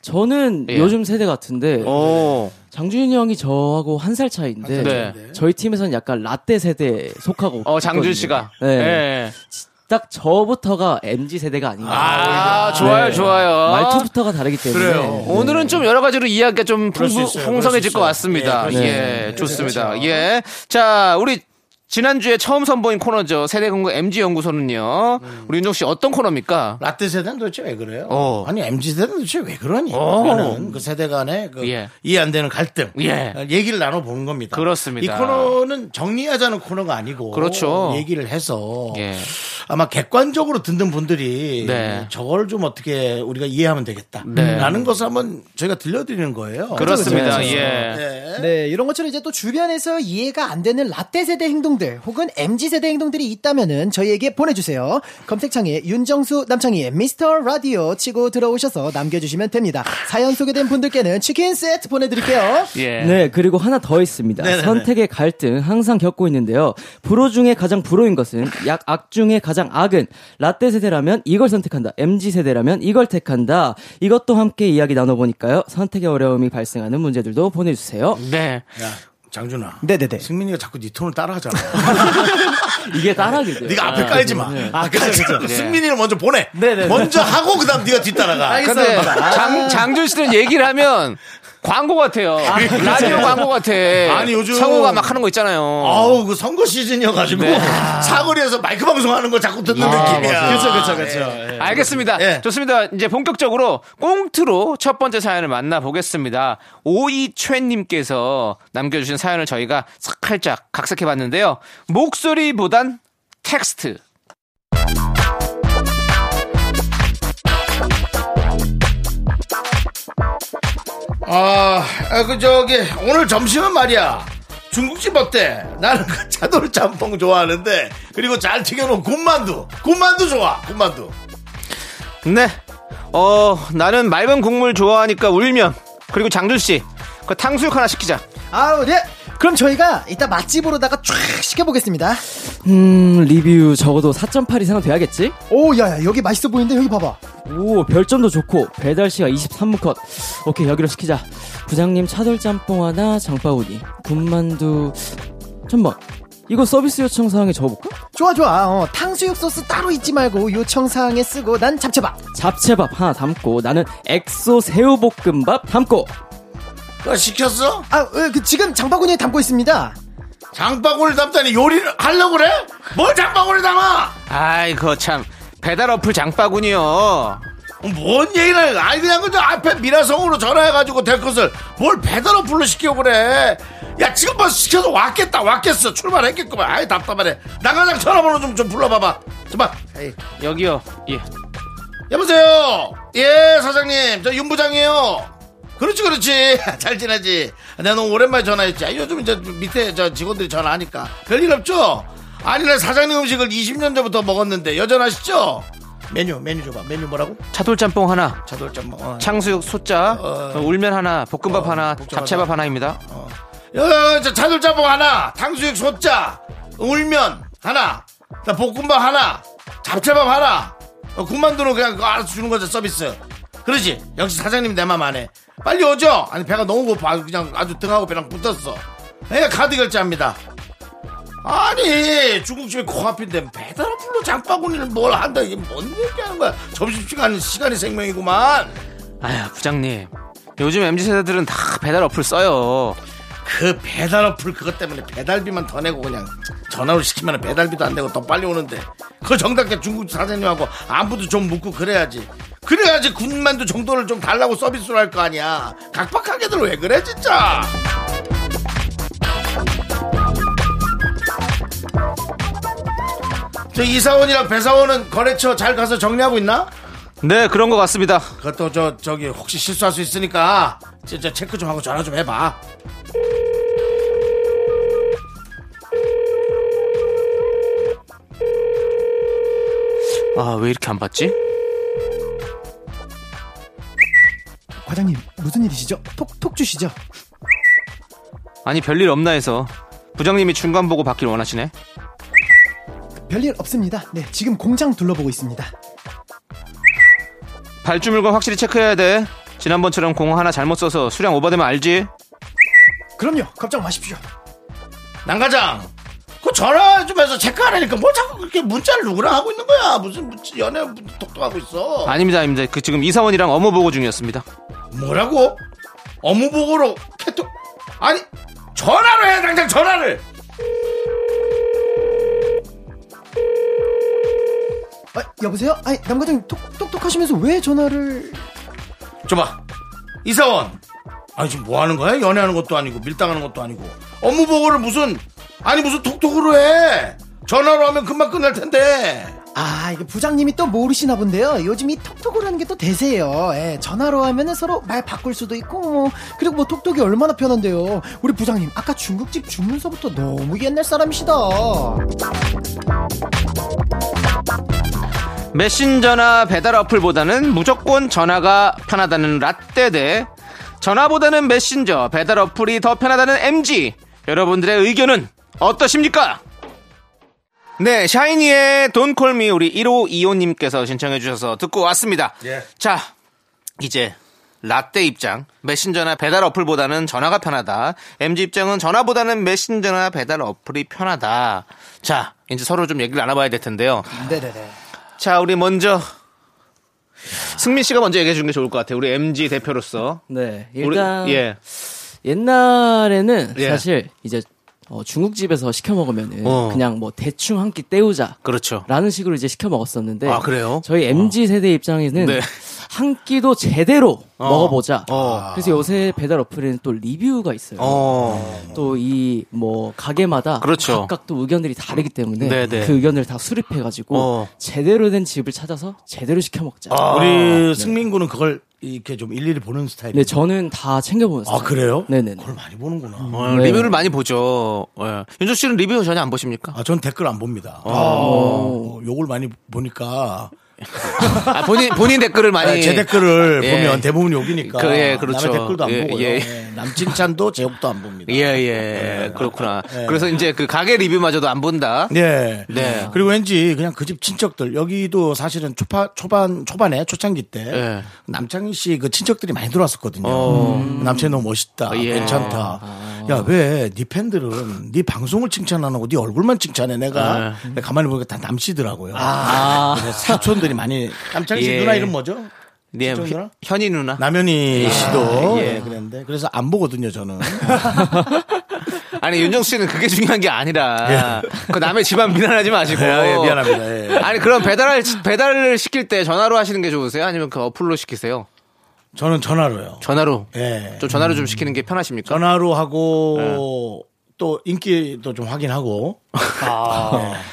저는 예. 요즘 세대 같은데 네. 오. 장준이 형이 저하고 한 살 차이인데 네. 저희 팀에서는 약간 라떼 세대에 속하고 어 장준 있거든요. 씨가. 네. 예. 딱 저부터가 MZ 세대가 아닌가. 아 좋아요 네. 좋아요. 말투부터가 다르기 때문에 그래요. 네. 오늘은 좀 여러 가지로 이야기가 좀 수 풍부, 있어요. 그럴 수 풍성해질 것 있어요. 같습니다. 예, 그럴 예, 수 있어요. 네, 좋습니다. 그렇죠. 예. 자, 우리 지난주에 처음 선보인 코너죠. 세대공감 MG연구소는요. 음. 우리 윤종 씨 어떤 코너입니까? 라떼 세대는 도대체 왜 그래요? 어. 아니 MZ 세대는 도대체 왜 그러니? 어. 라는 그 세대 간의 그 예. 이해 안 되는 갈등, 예. 어, 얘기를 나눠 보는 겁니다. 그렇습니다. 이 코너는 정리하자는 코너가 아니고 그렇죠. 얘기를 해서 예. 아마 객관적으로 듣는 분들이 네. 저걸 좀 어떻게 우리가 이해하면 되겠다라는 것을 한번 저희가 들려드리는 거예요. 그렇습니다. 그렇죠. 예. 네. 네, 이런 것처럼 이제 또 주변에서 이해가 안 되는 라떼 세대 행동들 혹은 MZ 세대 행동들이 있다면은 저희에게 보내주세요. 검색창에 윤정수 남창희의 미스터 라디오 치고 들어오셔서 남겨주시면 됩니다. 사연 소개된 분들께는 치킨 세트 보내드릴게요. 예. 네, 그리고 하나 더 있습니다. 네네네. 선택의 갈등 항상 겪고 있는데요. 불호 중에 가장 불호인 것은 약 악 중에 가장 악은 라떼 세대라면 이걸 선택한다. MG 세대라면 이걸 택한다. 이것도 함께 이야기 나눠보니까요. 선택의 어려움이 발생하는 문제들도 보내주세요. 네. 야, 장준아. 네네네. 승민이가 자꾸 네 톤을 (laughs) 따라하잖아. 이게 따라하게 돼요. 네가 앞에 깔지 마. 앞에 깔지 마. 그죠. 승민이를 먼저 보내. 네네네. 먼저 하고 그다음 네가 뒤따라가. 근데 장, 장준 씨는 얘기를 하면 광고 같아요. 라디오 광고 같아. 아니, 요즘- 성우가 막 하는 거 있잖아요. 아우 그 선거 시즌이어가지고 네. 사거리에서 마이크 방송하는 거 자꾸 듣는 느낌이야. 그렇죠, 그렇죠, 그렇죠. 네, 알겠습니다. 예. 좋습니다. 이제 본격적으로 꽁트로 첫 번째 사연을 만나보겠습니다. 오이최님께서 남겨주신 사연을 저희가 살짝 각색해봤는데요. 목소리보단 텍스트. 아, 아, 그 저기 오늘 점심은 말이야. 중국집 어때? 나는 그 차돌 짬뽕 좋아하는데 그리고 잘 튀겨놓은 군만두, 군만두 좋아, 군만두. 네. 어, 나는 맑은 국물 좋아하니까 울면. 그리고 장준씨, 그 탕수육 하나 시키자. 아우 네. 그럼 저희가 이따 맛집으로다가 쫙 시켜보겠습니다. 음, 리뷰 적어도 4.8 이상은 돼야겠지? 오, 야야 여기 맛있어 보이는데 여기 봐봐. 오, 별점도 좋고 배달 시가 23분 컷. 오케이, 여기로 시키자. 부장님 차돌짬뽕 하나, 장바구니, 군만두. 잠만, 이거 서비스 요청 사항에 적어볼까? 좋아 좋아. 어, 탕수육 소스 따로 잊지 말고 요청 사항에 쓰고 난 잡채밥. 잡채밥 하나 담고 나는 엑소 새우볶음밥 담고 그 시켰어? 아, 어, 그 지금 장바구니에 담고 있습니다. 장바구니를 담다니 요리를 하려고 그래? 뭘 장바구니를 담아? 아이, 그 참. 배달 어플 장바구니요. 뭔 얘기를 아니 그냥 그저 앞에 미라성으로 전화해가지고 될 것을 뭘 배달 어플로 시켜 그래 야 지금 뭐 시켜서 왔겠다 왔겠어 출발했겠구만 아이 답답하네 나가장 전화번호 좀, 좀 불러봐봐 좀봐 여기요. 예. 여보세요 예 사장님 저 윤부장이에요 그렇지 그렇지 (laughs) 잘 지내지 내가 너무 오랜만에 전화했지 아, 요즘 이제 밑에 저 직원들이 전화하니까 별일 없죠 아니 나 사장님 음식을 20년 전부터 먹었는데 여전하시죠 메뉴 메뉴 줘봐 메뉴 뭐라고 차돌짬뽕 하나. 자돌점 어. 창수육 소자, 어. 울면 하나, 볶음밥 어, 하나, 볶음밥 잡채밥 하나. 하나입니다. 야, 저 차돌짬뽕 하나, 탕수육 소자, 울면 하나, 나 볶음밥 하나, 잡채밥 하나, 어, 군만두는 그냥 그거 알아서 주는 거죠 서비스. 그러지? 역시 사장님 내 맘 안에 빨리 오죠. 아니 배가 너무 고파 아주 그냥 아주 등하고 배랑 붙었어. 예, 카드 결제합니다. 아니 중국집이 코앞인데 배달 어플로 장바구니를 뭘 한다 이게 뭔 얘기하는 거야? 점심시간 시간이 생명이구만. 아휴 부장님 요즘 mz 세대들은 다 배달 어플 써요. 그 배달 어플 그것 때문에 배달비만 더 내고 그냥 전화로 시키면 배달비도 안 내고 더 빨리 오는데 그 정답게 중국 사장님하고 안부도 좀 묻고 그래야지 그래야지 군만두 정도를 좀 달라고 서비스로 할 거 아니야 각박하게들 왜 그래 진짜 저 이사원이랑 배사원은 거래처 잘 가서 정리하고 있나? 네 그런 것 같습니다. 그것도 저 저기 혹시 실수할 수 있으니까 진짜 체크 좀 하고 전화 좀 해봐 아 왜 이렇게 안 받지? 과장님 무슨 일이시죠? 톡 톡 주시죠. 아니 별일 없나 해서 부장님이 중간 보고 받길 원하시네. 별일 없습니다. 네, 지금 공장 둘러보고 있습니다. 발주물건 확실히 체크해야 돼. 지난번처럼 공 하나 잘못 써서 수량 오버되면 알지? 그럼요. 걱정 마십시오. 어, 난과장 그 전화 좀 해서 체크하라니까 뭘 자꾸 그렇게 문자를 누구랑 하고 있는 거야 무슨 문- 연애 독도하고 있어 아닙니다, 아닙니다. 그 지금 이사원이랑 업무 보고 중이었습니다. 뭐라고 어무복으로 캐톡 아니 전화를 해 당장 전화를 아, 여보세요? 아니, 남과장님 톡, 똑똑하시면서 왜 전화를... 줘봐 이사원 아니 지금 뭐 하는 거야 연애하는 것도 아니고 밀당하는 것도 아니고 업무보고를 무슨 아니 무슨 톡톡으로 해 전화로 하면 금방 끝날 텐데 아, 이게 부장님이 또 모르시나 본데요. 요즘 이 톡톡이라는 게 또 대세예요. 예, 전화로 하면 서로 말 바꿀 수도 있고, 뭐. 그리고 뭐 톡톡이 얼마나 편한데요. 우리 부장님, 아까 중국집 주문서부터 너무 옛날 사람이시다. 메신저나 배달 어플보다는 무조건 전화가 편하다는 라떼 대 전화보다는 메신저, 배달 어플이 더 편하다는 MG. 여러분들의 의견은 어떠십니까? 네, 샤이니의 Don't Call Me 우리 1525님께서 신청해 주셔서 듣고 왔습니다. 자, 이제 라떼 입장, 메신저나 배달 어플보다는 전화가 편하다. MG 입장은 전화보다는 메신저나 배달 어플이 편하다. 자, 이제 서로 좀 얘기를 나눠봐야 될 텐데요. 네네네. 자, 우리 먼저 승민 씨가 먼저 얘기해 주는 게 좋을 것 같아요. 우리 MG 대표로서. 네, 우리- 일단 예. 옛날에는 예. 사실 이제 어, 중국집에서 시켜 먹으면은 어. 그냥 뭐 대충 한 끼 때우자. 그렇죠. 라는 식으로 이제 시켜 먹었었는데 아, 그래요? 저희 MZ 세대 입장에는 네. 한 끼도 제대로 어. 먹어보자. 어. 그래서 요새 배달 어플에는 또 리뷰가 있어요. 어. 또 이 뭐 가게마다 그렇죠. 각각 또 의견들이 다르기 때문에 네네. 그 의견을 다 수립해 가지고 어. 제대로 된 집을 찾아서 제대로 시켜 먹자. 우리 승민군은 그걸 이렇게 좀 일일이 보는 스타일이에요. 근데 네, 저는 다 챙겨 보면서 아 그래요? 네네네. 그걸 많이 보는구나. 어, 네. 리뷰를 많이 보죠. 예. 윤조 씨는 리뷰 전혀 안 보십니까? 아, 전 댓글 안 봅니다. 어, 욕을 많이 보니까 아, 본인 본인 댓글을 많이 (laughs) 아, 제 댓글을 예. 보면 대부분 욕이니까. 그, 예, 그렇죠. 남의 댓글도 안 예, 보고요. 예. 예, 남 칭찬도 제 욕도 안 봅니다. 예, 예. 그렇구나. 그래서 이제 그 가게 리뷰마저도 안 본다. 예. 네. 그리고 왠지 그냥 그 집 친척들 여기도 사실은 초파, 초반 초반에 초창기 때 예. 남창희 씨 그 친척들이 많이 들어왔었거든요. 음. 남창희 너무 멋있다. 예. 아. 괜찮다. 야 왜 네 팬들은 네 방송을 칭찬 안 하고 네 얼굴만 칭찬해 예. 내가 근데 가만히 보니까 다 남씨더라고요. 그래서 사촌들이 많이 남창희 씨 아. 예. 누나 이름 뭐죠? 예, 그 정도나? 현- 현이 누나. 남현희 씨도 예. 그랬는데 그래서 안 보거든요 저는 아니 윤정 씨는 그게 중요한 게 아니라 그 남의 집안 비난하지 마시고. 예, 예, 미안합니다. 예, 예. 아니 그럼 배달을 배달을 시킬 때 전화로 하시는 게 좋으세요? 아니면 그 어플로 시키세요? 저는 전화로요. 전화로. 예. 좀 전화로 좀 시키는 게 편하십니까? 전화로 하고 또 인기도 좀 확인하고 (laughs)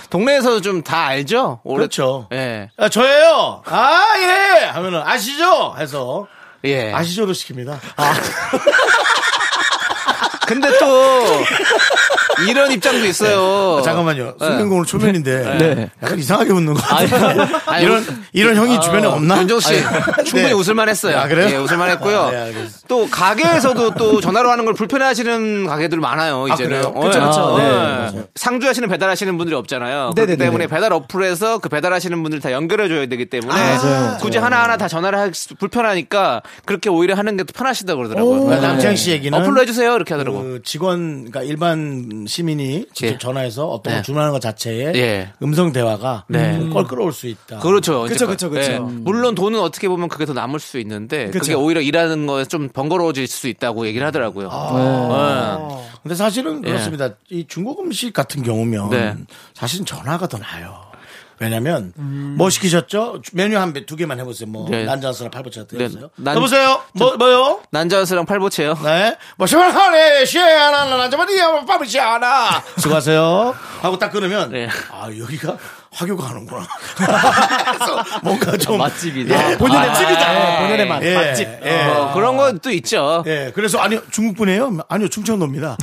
동네에서 좀 다 알죠? 오래- 그렇죠. 예. 아, 저예요. 아 예. 하면은 아시죠? 해서 예. 아시죠로 시킵니다. 근데 또 (laughs) 이런 입장도 있어요. 아, 잠깐만요. 예. 승민군 오늘 초면인데 네. 약간 이상하게 웃는 거 같아요. (laughs) 아니, 이런 웃- 이런 형이 주변에 없나? 윤정 씨 아니, (laughs) 충분히 네. 웃을만 했어요. 아, 그래요? 예, 웃을만 했고요. 아, 네, 알겠습니다. 또 가게에서도 또 전화로 하는 걸 불편해하시는 가게들 많아요. 이제는 그래요? 그쵸, 예. 그쵸. 어, 네, 예. 맞아요. 상주하시는 배달하시는 분들이 없잖아요. 네네네네. 그렇기 때문에 배달 어플에서 그 배달하시는 분들 다 연결해줘야 되기 아, 때문에 굳이 하나 하나 다 전화를 하기 수- 불편하니까 그렇게 오히려 하는 게 더 편하시다 고 그러더라고요. 그러니까 남창희 씨 얘기는 어플로 해주세요 이렇게 하더라고. 그 직원, 그러니까 일반 시민이 직접 예. 전화해서 어떤 네. 걸 주문하는 것 자체에 예. 음성 대화가 네. 좀 껄끄러울 수 있다. 그렇죠. 그쵸, 이제 그쵸, 그쵸. 예. 물론 돈은 어떻게 보면 그게 더 남을 수 있는데 그게 음. 그쵸. 오히려 일하는 거에 좀 번거로워질 수 있다고 얘기를 하더라고요. 아. 예. 근데 사실은 그렇습니다. 이 중국 음식 같은 경우면 네. 사실 전화가 더 나아요. 왜냐면 뭐 시키셨죠? 메뉴 한 두 개만 해보세요. 뭐 네. 난장스나 팔보채 같은 거 네. 해보세요. 난- 여보세요. 뭐 뭐요? 난자연스랑 팔보채요. 네. 뭐 시원하네. (laughs) 시원하나 난장만이야. 팔보채 하나. 수고하세요. 하고 딱 끊으면 네. 아 여기가 화교가 하는구나. (laughs) 그래서 뭔가 좀 아, 맛집이다. 예, 본연의 아, 맛집이다. 예. 본연의 맛, 예, 맛집. 예. 어, 그런 것도 있죠. 예, 그래서 아니요 중국 분이에요? 아니요 (laughs) 충청도입니다.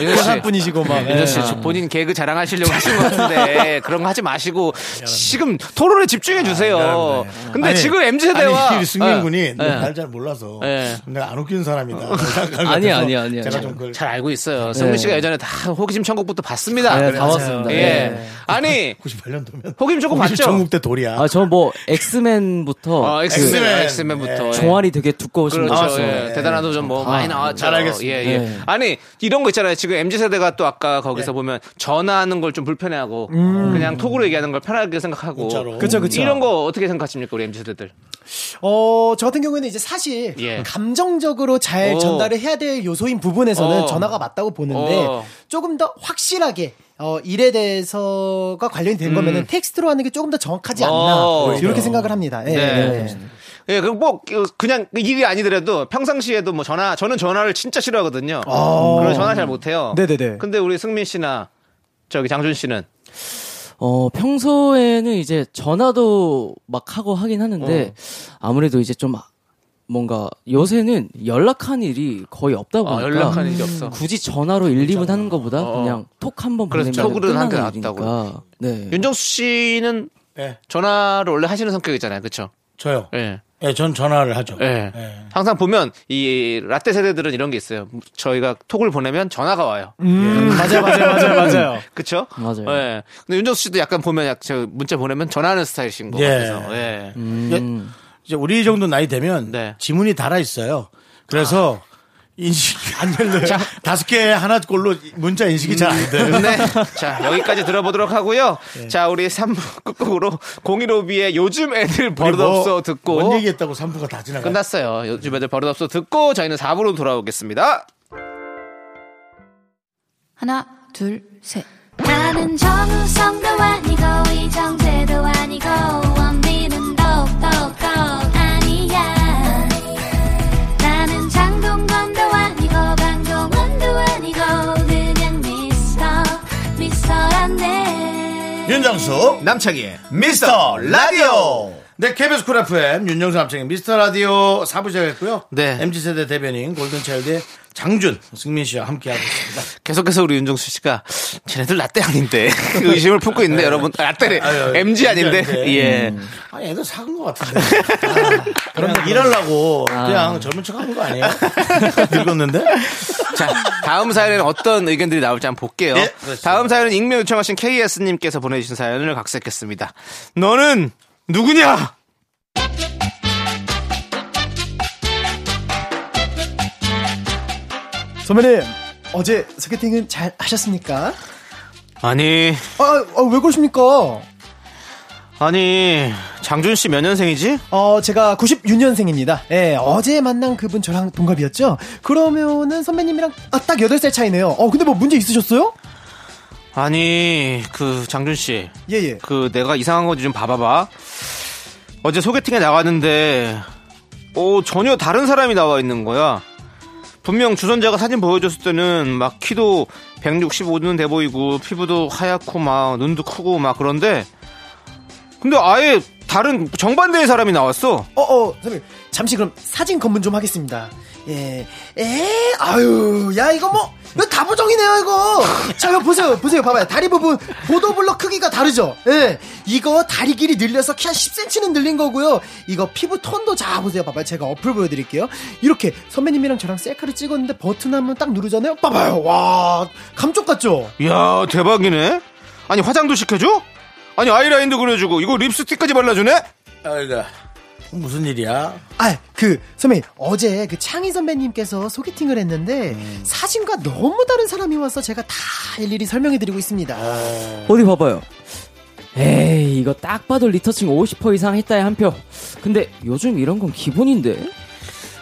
윤정 씨. 분이시고 막. 예. 윤정 씨, 저 본인 개그 자랑하시려고 하신 것 같은데 그런 거 하지 마시고 지금 토론에 집중해 주세요. 근데 아, 아니, 지금 mz 세대와 아니, 승민 군이 날 예. 잘 몰라서 예. 어. 내가 안 웃기는 사람이다. (laughs) 생각하면서 아니야, 아니야, 아니야. 제가 좀 그걸 잘 알고 네. 있어요. 승민 씨가 예전에 다 호기심 천국부터 아, 봤습니다. 네, 다 봤습니다. 예. 예. 아니 98년도면 호기심 조금 봤죠? 전국대 돌이야. 아, 저 뭐 엑스맨부터 어, 엑스맨. 네. 엑스맨, 엑스맨부터 예. 종아리 되게 두꺼우신 그렇죠. 분이죠. 예. 대단한 도전 뭐 많이 나왔죠. 잘 알겠습니다. 예, 예. 네. 아니 이런 거 있잖아요. 지금 mz 세대가 또 아까 거기서 보면 전화하는 걸 좀 불편해하고 그냥 톡으로 얘기하는 걸 편하게 생각하고 문자로. 그쵸, 그쵸. 이런 거 어떻게 생각하십니까 우리 mz 세대들? 어, 저 같은 경우에는 이제 사실 예. 감정적으로 잘 오. 전달을 해야 될 요소인 부분에서는 어. 전화가 맞다고 보는데 어. 조금 더 확실하게 어, 일에 대해서가 관련이 된 거면은 텍스트로 하는 게 조금 더 정확하지 않나 음. 어, 이렇게 생각을 합니다. 예. 네. 예. 예, 그럼 뭐 그냥 일이 아니더라도 평상시에도 뭐 전화 저는 전화를 진짜 싫어하거든요. 그래서 전화 잘 못해요. 네네네. 근데 우리 승민 씨나 저기 장준 씨는 어, 평소에는 이제 전화도 막 하고 하긴 하는데 어. 아무래도 이제 좀 뭔가 요새는 연락한 일이 거의 없다 보니까 아, 연락하는 일이 없어. 어. 굳이 전화로 1, 2분 하는 것보다 그냥 톡 한 번 그래서 보내면 톡으로는 한대 끝나는 낫다고. 일이니까. 네. 윤정수 씨는 예, 전화를 원래 하시는 성격이잖아요, 그렇죠? 저요. 예. 예. 전 전화를 하죠. 예. 예. 항상 보면 이 라떼 세대들은 이런 게 있어요. 저희가 톡을 보내면 전화가 와요. 음. 예. 맞아요, 맞아요, 맞아요, 맞아요. (laughs) 그렇죠? 맞아요. 예. 근데 윤정수 씨도 약간 보면 약 저 문자 보내면 전화하는 스타일이신 것 예. 같아서. 예. 음. 이제 우리 정도 나이 되면 네. 아. 지문이 달아 있어요. 그래서 인식 (laughs) 안 열려요. 다섯 개 하나 꼴로 문자 인식이 잘 안 돼요. 네. (laughs) 자, 여기까지 들어보도록 하고요. 예. 자, 우리 3부 끝곡으로 015B의 요즘 애들 버릇없어 뭐, 듣고 뭔 얘기했다고 3부가 다 지나가. 끝났어요. 요즘 애들 버릇없어 듣고 저희는 4부로 돌아오겠습니다. 하나, 둘, 셋. 나는 정우성도 아니고, 이정재도 아니고, 원빈은 더욱더 아니야. 나는 장동건도 아니고, 방종원도 아니고, 그냥 미스터, 미스터란데. 윤정수 남창희의 미스터 라디오 네 KBS 쿨 FM 윤정수 남창희 미스터 라디오 4부 시작했고요 네. MZ세대 대변인 골든차일드의 장준 승민 씨와 함께하고 있습니다 계속해서 우리 윤정수 씨가 쟤네들 라떼 아닌데 (laughs) 그 의심을 품고 있네 여러분 라떼래 아유, 아유. MG 아닌데 MG 아닌데. 예 (laughs) 아니 애들 사은 것 같은데 아, 그냥 아. 일하려고 그냥 젊은 척 하는 거 (laughs) 아니에요? 늙었는데? 자, 다음 사연에는 어떤 의견들이 나올지 한번 볼게요. 예, 그렇습니다. 다음 사연은 익명 요청하신 KS님께서 보내주신 사연을 각색했습니다. 너는 누구냐? 선배님, 어제 소개팅은 잘 하셨습니까? 아니, 아, 아, 왜 그러십니까? 아니, 장준 씨 몇 년생이지? 어, 제가 96년생입니다. 예, 어제 만난 그분 저랑 동갑이었죠? 그러면은 선배님이랑 아, 딱 8살 차이네요. 어, 근데 뭐 문제 있으셨어요? 아니, 그 장준 씨, 예, 예. 그 내가 이상한 건지 좀 봐봐봐. 어제 소개팅에 나갔는데, 오 전혀 다른 사람이 나와 있는 거야. 분명 주선자가 사진 보여줬을 때는 막 키도 165는 돼 보이고 피부도 하얗고 막 눈도 크고 막 그런데 근데 아예 다른 정반대의 사람이 나왔어. 어, 어, 선배님. 잠시 그럼 사진 검문 좀 하겠습니다. 예. 에, 아유, 야, 이거 뭐, 이거 다부정이네요, 이거. 자, 이거 보세요, 보세요. 봐봐요. 다리 부분, 보도블럭 크기가 다르죠? 예. 이거 다리 길이 늘려서 키 한 10cm는 늘린 거고요. 이거 피부 톤도 자, 보세요. 봐봐요. 제가 어플 보여드릴게요. 이렇게 선배님이랑 저랑 셀카를 찍었는데 버튼 한번 딱 누르잖아요. 봐봐요. 와, 감쪽 같죠? 이야 대박이네. 아니 화장도 시켜줘? 아니 아이라인도 그려주고 이거 립스틱까지 발라주네? 아이가 무슨 일이야? 아, 그 선배님 어제 그 창희 선배님께서 소개팅을 했는데 사진과 너무 다른 사람이 와서 제가 다 일일이 설명해드리고 있습니다. 어디 봐봐요. 에이, 이거 딱 봐도 리터칭 50% 이상 했다에 한 표. 근데 요즘 이런 건 기본인데.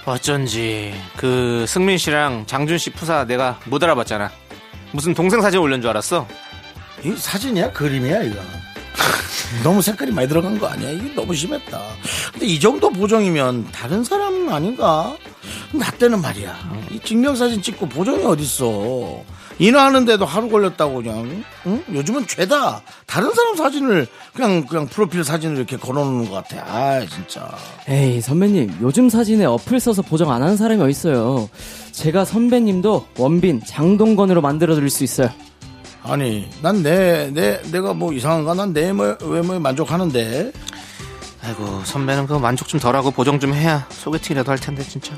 어쩐지 그 승민 씨랑 장준 씨 푸사 내가 못 알아봤잖아. 무슨 동생 사진 올린 줄 알았어. 이 사진이야? 그림이야 (laughs) 이거? 너무 색깔이 많이 들어간 거 아니야? 이게 너무 심했다 근데 이 정도 보정이면 다른 사람 아닌가? 나 때는 말이야 이 증명사진 찍고 보정이 어딨어 인화하는데도 하루 걸렸다고 그냥 응? 요즘은 죄다 다른 사람 사진을 그냥 그냥 프로필 사진을 이렇게 걸어놓는 것 같아. 아 진짜. 에이 선배님 요즘 사진에 어플 써서 보정 안 하는 사람이 어딨어요 제가 선배님도 원빈 장동건으로 만들어 드릴 수 있어요 아니 난 내 내 내가 뭐 이상한가 난 내 외모에 만족하는데 아이고 선배는 그거 만족 좀 덜하고 보정 좀 해야 소개팅이라도 할 텐데 진짜.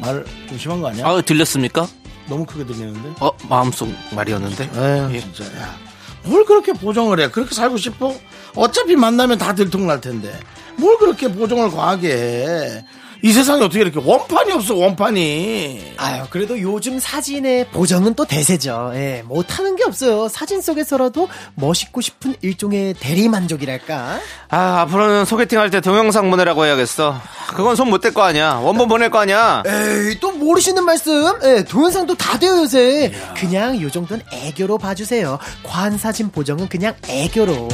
말 좀 심한 거 아니야? 아 들렸습니까? 너무 크게 들리는데. 어 마음속 말이었는데. 예, 에휴 예, 진짜 야. 뭘 그렇게 보정을 해 그렇게 살고 싶어 어차피 만나면 다 들통날 텐데 뭘 그렇게 보정을 과하게 해이 세상에 어떻게 이렇게 원판이 없어 원판이 아유, 그래도 요즘 사진의 보정은 또 대세죠. 예, 못하는 게 없어요. 사진 속에서라도 멋있고 싶은 일종의 대리만족이랄까. 아 앞으로는 소개팅 할 때 동영상 보내라고 해야겠어. 그건 손 못 댈 거 아니야. 원본 보낼 거 아니야. 에이, 또 모르시는 말씀? 예, 동영상도 다 돼요, 요새. 그냥 요 정도는 애교로 봐주세요. 과한 사진 보정은 그냥 애교로.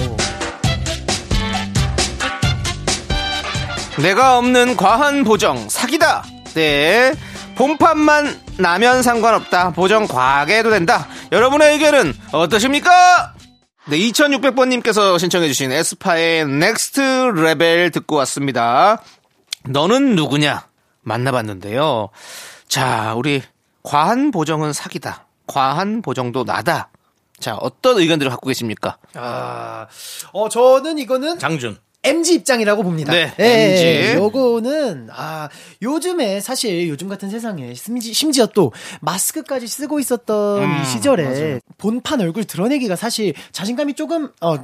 내가 없는 과한 보정 사기다. 네. 본판만 나면 상관없다. 보정 과하게 해도 된다. 여러분의 의견은 어떠십니까? 네, 2600번님께서 신청해주신 에스파의 넥스트 레벨 듣고 왔습니다. 너는 누구냐? 만나봤는데요. 자, 우리 과한 보정은 사기다. 과한 보정도 나다. 자, 어떤 의견들을 갖고 계십니까? 아, 어, 저는 이거는 장준 MG 입장이라고 봅니다. 네, 예, MG. 요거는 아 요즘에 사실 요즘 같은 세상에 심지, 심지어 또 마스크까지 쓰고 있었던 이 시절에 본판 얼굴 드러내기가 사실 자신감이 조금 어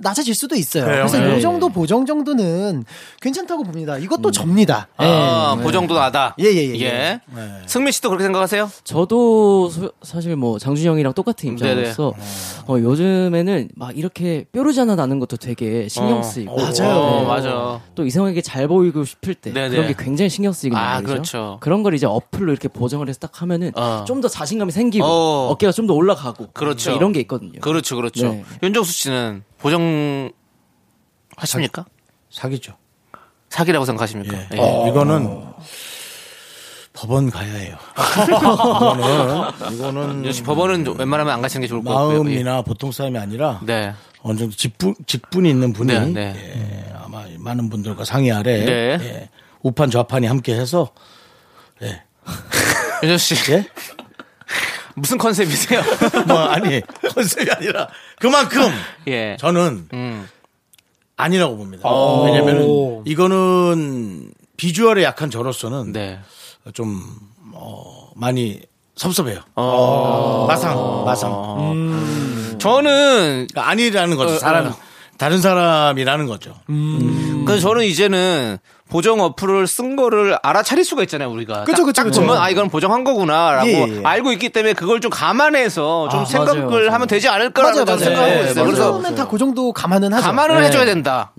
낮아질 수도 있어요. 그래서 네. 요 정도 보정 정도는 괜찮다고 봅니다. 이것도 접니다. 예. 아, 보정도 나다. 예, 예, 예, 예. 승민 씨도 그렇게 생각하세요? 저도 소- 사실 뭐 장준 형이랑 똑같은 입장으로서 어, 요즘에는 막 이렇게 뾰루지 하나 나는 것도 되게 신경 쓰이고 맞아요. 네. 어, 맞아. 또 이상하게 잘 보이고 싶을 때 네네. 그런 게 굉장히 신경 쓰이고 아, 말이죠. 그렇죠. 그런 걸 이제 어플로 이렇게 보정을 해서 딱 하면은 어. 좀 더 자신감이 생기고 어. 어. 깨가 좀 더 올라가고 그렇죠. 이런 게 있거든요. 그렇죠, 그렇죠. 네. 윤정수 씨는 보정 하십니까? 사기죠. 사기라고 생각하십니까? 예. 어, 이거는 법원 가야 해요. 아, 이거는 이거는 역시 법원은 좀 웬만하면 안 가시는 게 뭐, 좋을 것 같고요. 예. 마음이나 보통 사람이 아니라 네. 어느 정도 직분 직분이 있는 분이 네, 네. 예, 아마 많은 분들과 상의 아래 네. 예, 우판 좌판이 함께해서 윤정 씨 (laughs) 예? 무슨 컨셉이세요? (laughs) 뭐 아니 (laughs) 컨셉이 아니라 그만큼 예. 저는 음. 어. 아니라고 봅니다. 왜냐면은 이거는 비주얼에 약한 저로서는 네. 좀 어, 많이 섭섭해요. 어. 마상 마상 음. 저는 그러니까 아니라는 거죠. 어, 사람 어. 다른 사람이라는 거죠. 음. 그래서 저는 이제는 보정 어플을 쓴 거를 알아차릴 수가 있잖아요, 우리가. 그쵸, 그쵸, 그쵸. 그러면 아, 이건 보정한 거구나라고 예, 예, 예. 알고 있기 때문에 그걸 좀 감안해서 좀 아, 생각을 맞아요, 맞아요. 하면 되지 않을까라고 맞아요, 저는 맞아요. 생각하고 예, 있어요. 그래서 요즘은 다 그 정도 감안은 하죠. 네. 음. 감안을 해줘야 된다.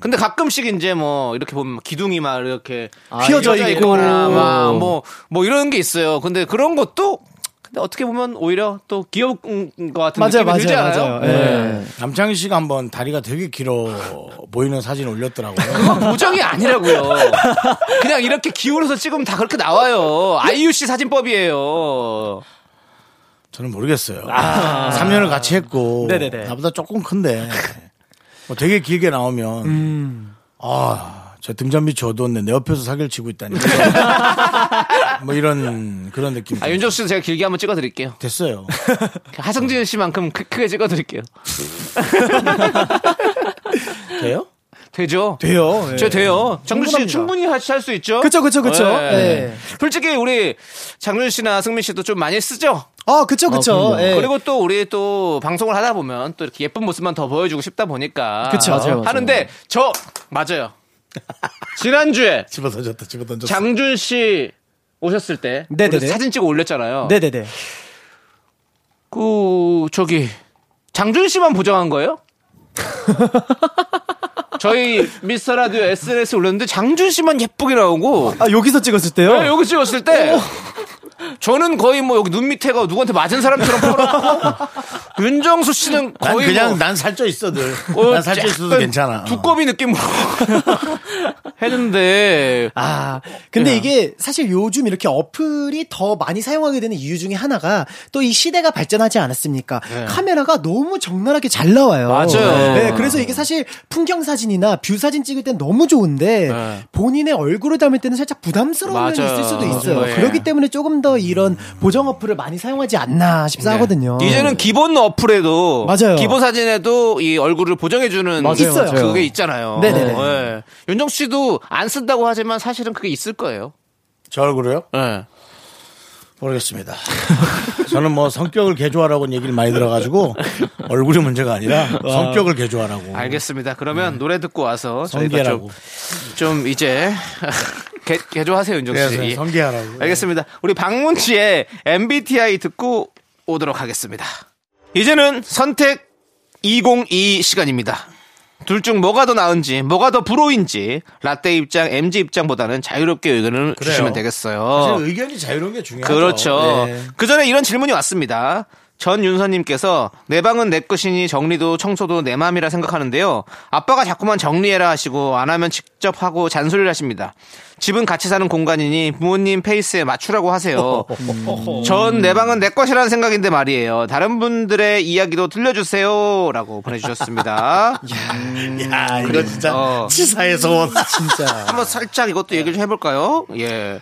근데 가끔씩 이제 뭐 이렇게 보면 기둥이 막 이렇게 아, 휘어져 있거나 막뭐뭐 이런 게 있어요. 근데 그런 것도 근데 어떻게 보면 오히려 또 귀여운 것 같은 맞아요, 느낌이 들지 맞아요, 않아요? 네. 맞아요. 예. 남창희 씨가 한번 다리가 되게 길어 보이는 사진 (laughs) 올렸더라고요. 보정이 아니라고요. 그냥 이렇게 기울여서 찍으면 다 그렇게 나와요. 아이유 씨 사진법이에요. 저는 모르겠어요. 아. 3년을 같이 했고 나보다 조금 큰데 뭐 되게 길게 나오면 음. 아, 저 등잔 밑이 어두웠네. 내 옆에서 사기를 치고 (laughs) 있다니. 뭐 이런 그런 느낌. 아, 윤정 씨도 제가 길게 한번 찍어드릴게요. 됐어요. 하성진 씨만큼 크, 크게 찍어드릴게요. 돼요? 되죠? 돼요. 예. 저 돼요. 장준 씨 네. 충분합니다. 충분히 할 수 있죠. 그쵸, 그쵸, 그쵸. 예. 예. 솔직히 우리 장준 씨나 승민 씨도 좀 많이 쓰죠. 어, 그쵸, 그쵸. 예. 그리고 또 우리 또 방송을 하다 보면 또 이렇게 예쁜 모습만 더 보여주고 싶다 보니까 그쵸. 맞아요, 맞아요. 하는데 저 (laughs) 맞아요. 지난주에 집어 던졌다. 집어 던졌다. 장준 씨 오셨을 때 네네네. 우리 사진 찍어 올렸잖아요. 네네네. 그 저기 장준 씨만 보정한 (laughs) 거예요? 저희 미스터 라디오 SNS 에 올렸는데 장준 씨만 예쁘게 나오고 아, 여기서 찍었을 어. 때요? 네, 여기 찍었을 (laughs) 때 저는 거의 뭐 여기 눈 밑에가 누구한테 맞은 사람처럼 펄어 윤정수 씨는 난 거의 그냥 뭐 난 살쪄 있어 늘. 어, 난 살쪄 있어도 약간 괜찮아. 어. 두꺼비 느낌으로 (laughs) 했는데 아, 근데 예. 이게 사실 요즘 이렇게 어플이 더 많이 사용하게 되는 이유 중에 하나가 또 이 시대가 발전하지 않았습니까? 카메라가 너무 적나라하게 잘 나와요. 네. 맞아요. 네, 그래서 이게 사실 풍경 사진이나 뷰 사진 찍을 땐 너무 좋은데 네. 본인의 얼굴을 담을 때는 살짝 부담스러운 면이 맞아요. 있을 수도 있어요. 맞아요. 예. 음. 그렇기 때문에 조금 더 이런 보정 어플을 많이 사용하지 않나 싶사 하거든요. 네. 네. 이제는 기본 어플에도 맞아요. 기본 사진에도 이 얼굴을 보정해 주는 맞아요, 있어요. 그게 있잖아요. 네네네. 예. 윤정 씨도 안 쓴다고 하지만 사실은 그게 있을 거예요. 저 얼굴이요? 예. 모르겠습니다. (laughs) 저는 뭐 성격을 개조하라고 얘기를 많이 (laughs) 들어가지고 얼굴이 문제가 아니라 성격을 개조하라고. 알겠습니다. 그러면 네. 노래 듣고 와서 저희가 성계라고. 좀, 좀 이제 (laughs) 개, 개조하세요, 윤정 씨. 그래서 네, 예. 성계하라고. 알겠습니다. 우리 박문 씨의 MBTI 듣고 오도록 하겠습니다. 이제는 선택 202 시간입니다. 둘 중 뭐가 더 나은지, 뭐가 더 불호인지, 라떼 입장, MG 입장보다는 자유롭게 의견을 주시면 되겠어요. 사실 의견이 자유로운 게 중요하죠. 그렇죠. 예. 네. 그 전에 이런 질문이 왔습니다. 전윤서님께서 내 방은 내 것이니 정리도 청소도 내 마음이라 생각하는데요. 아빠가 자꾸만 정리해라 하시고 안 하면 직접 하고 잔소리를 하십니다. 집은 같이 사는 공간이니 부모님 페이스에 (laughs) 맞추라고 하세요. 전 내 방은 내 것이라는 생각인데 말이에요. 다른 분들의 이야기도 들려주세요라고 보내주셨습니다. (laughs) 야 이거 진짜 아. 어. 치사해서 온. 한번 살짝 이것도 얘기를 좀 해볼까요? 예.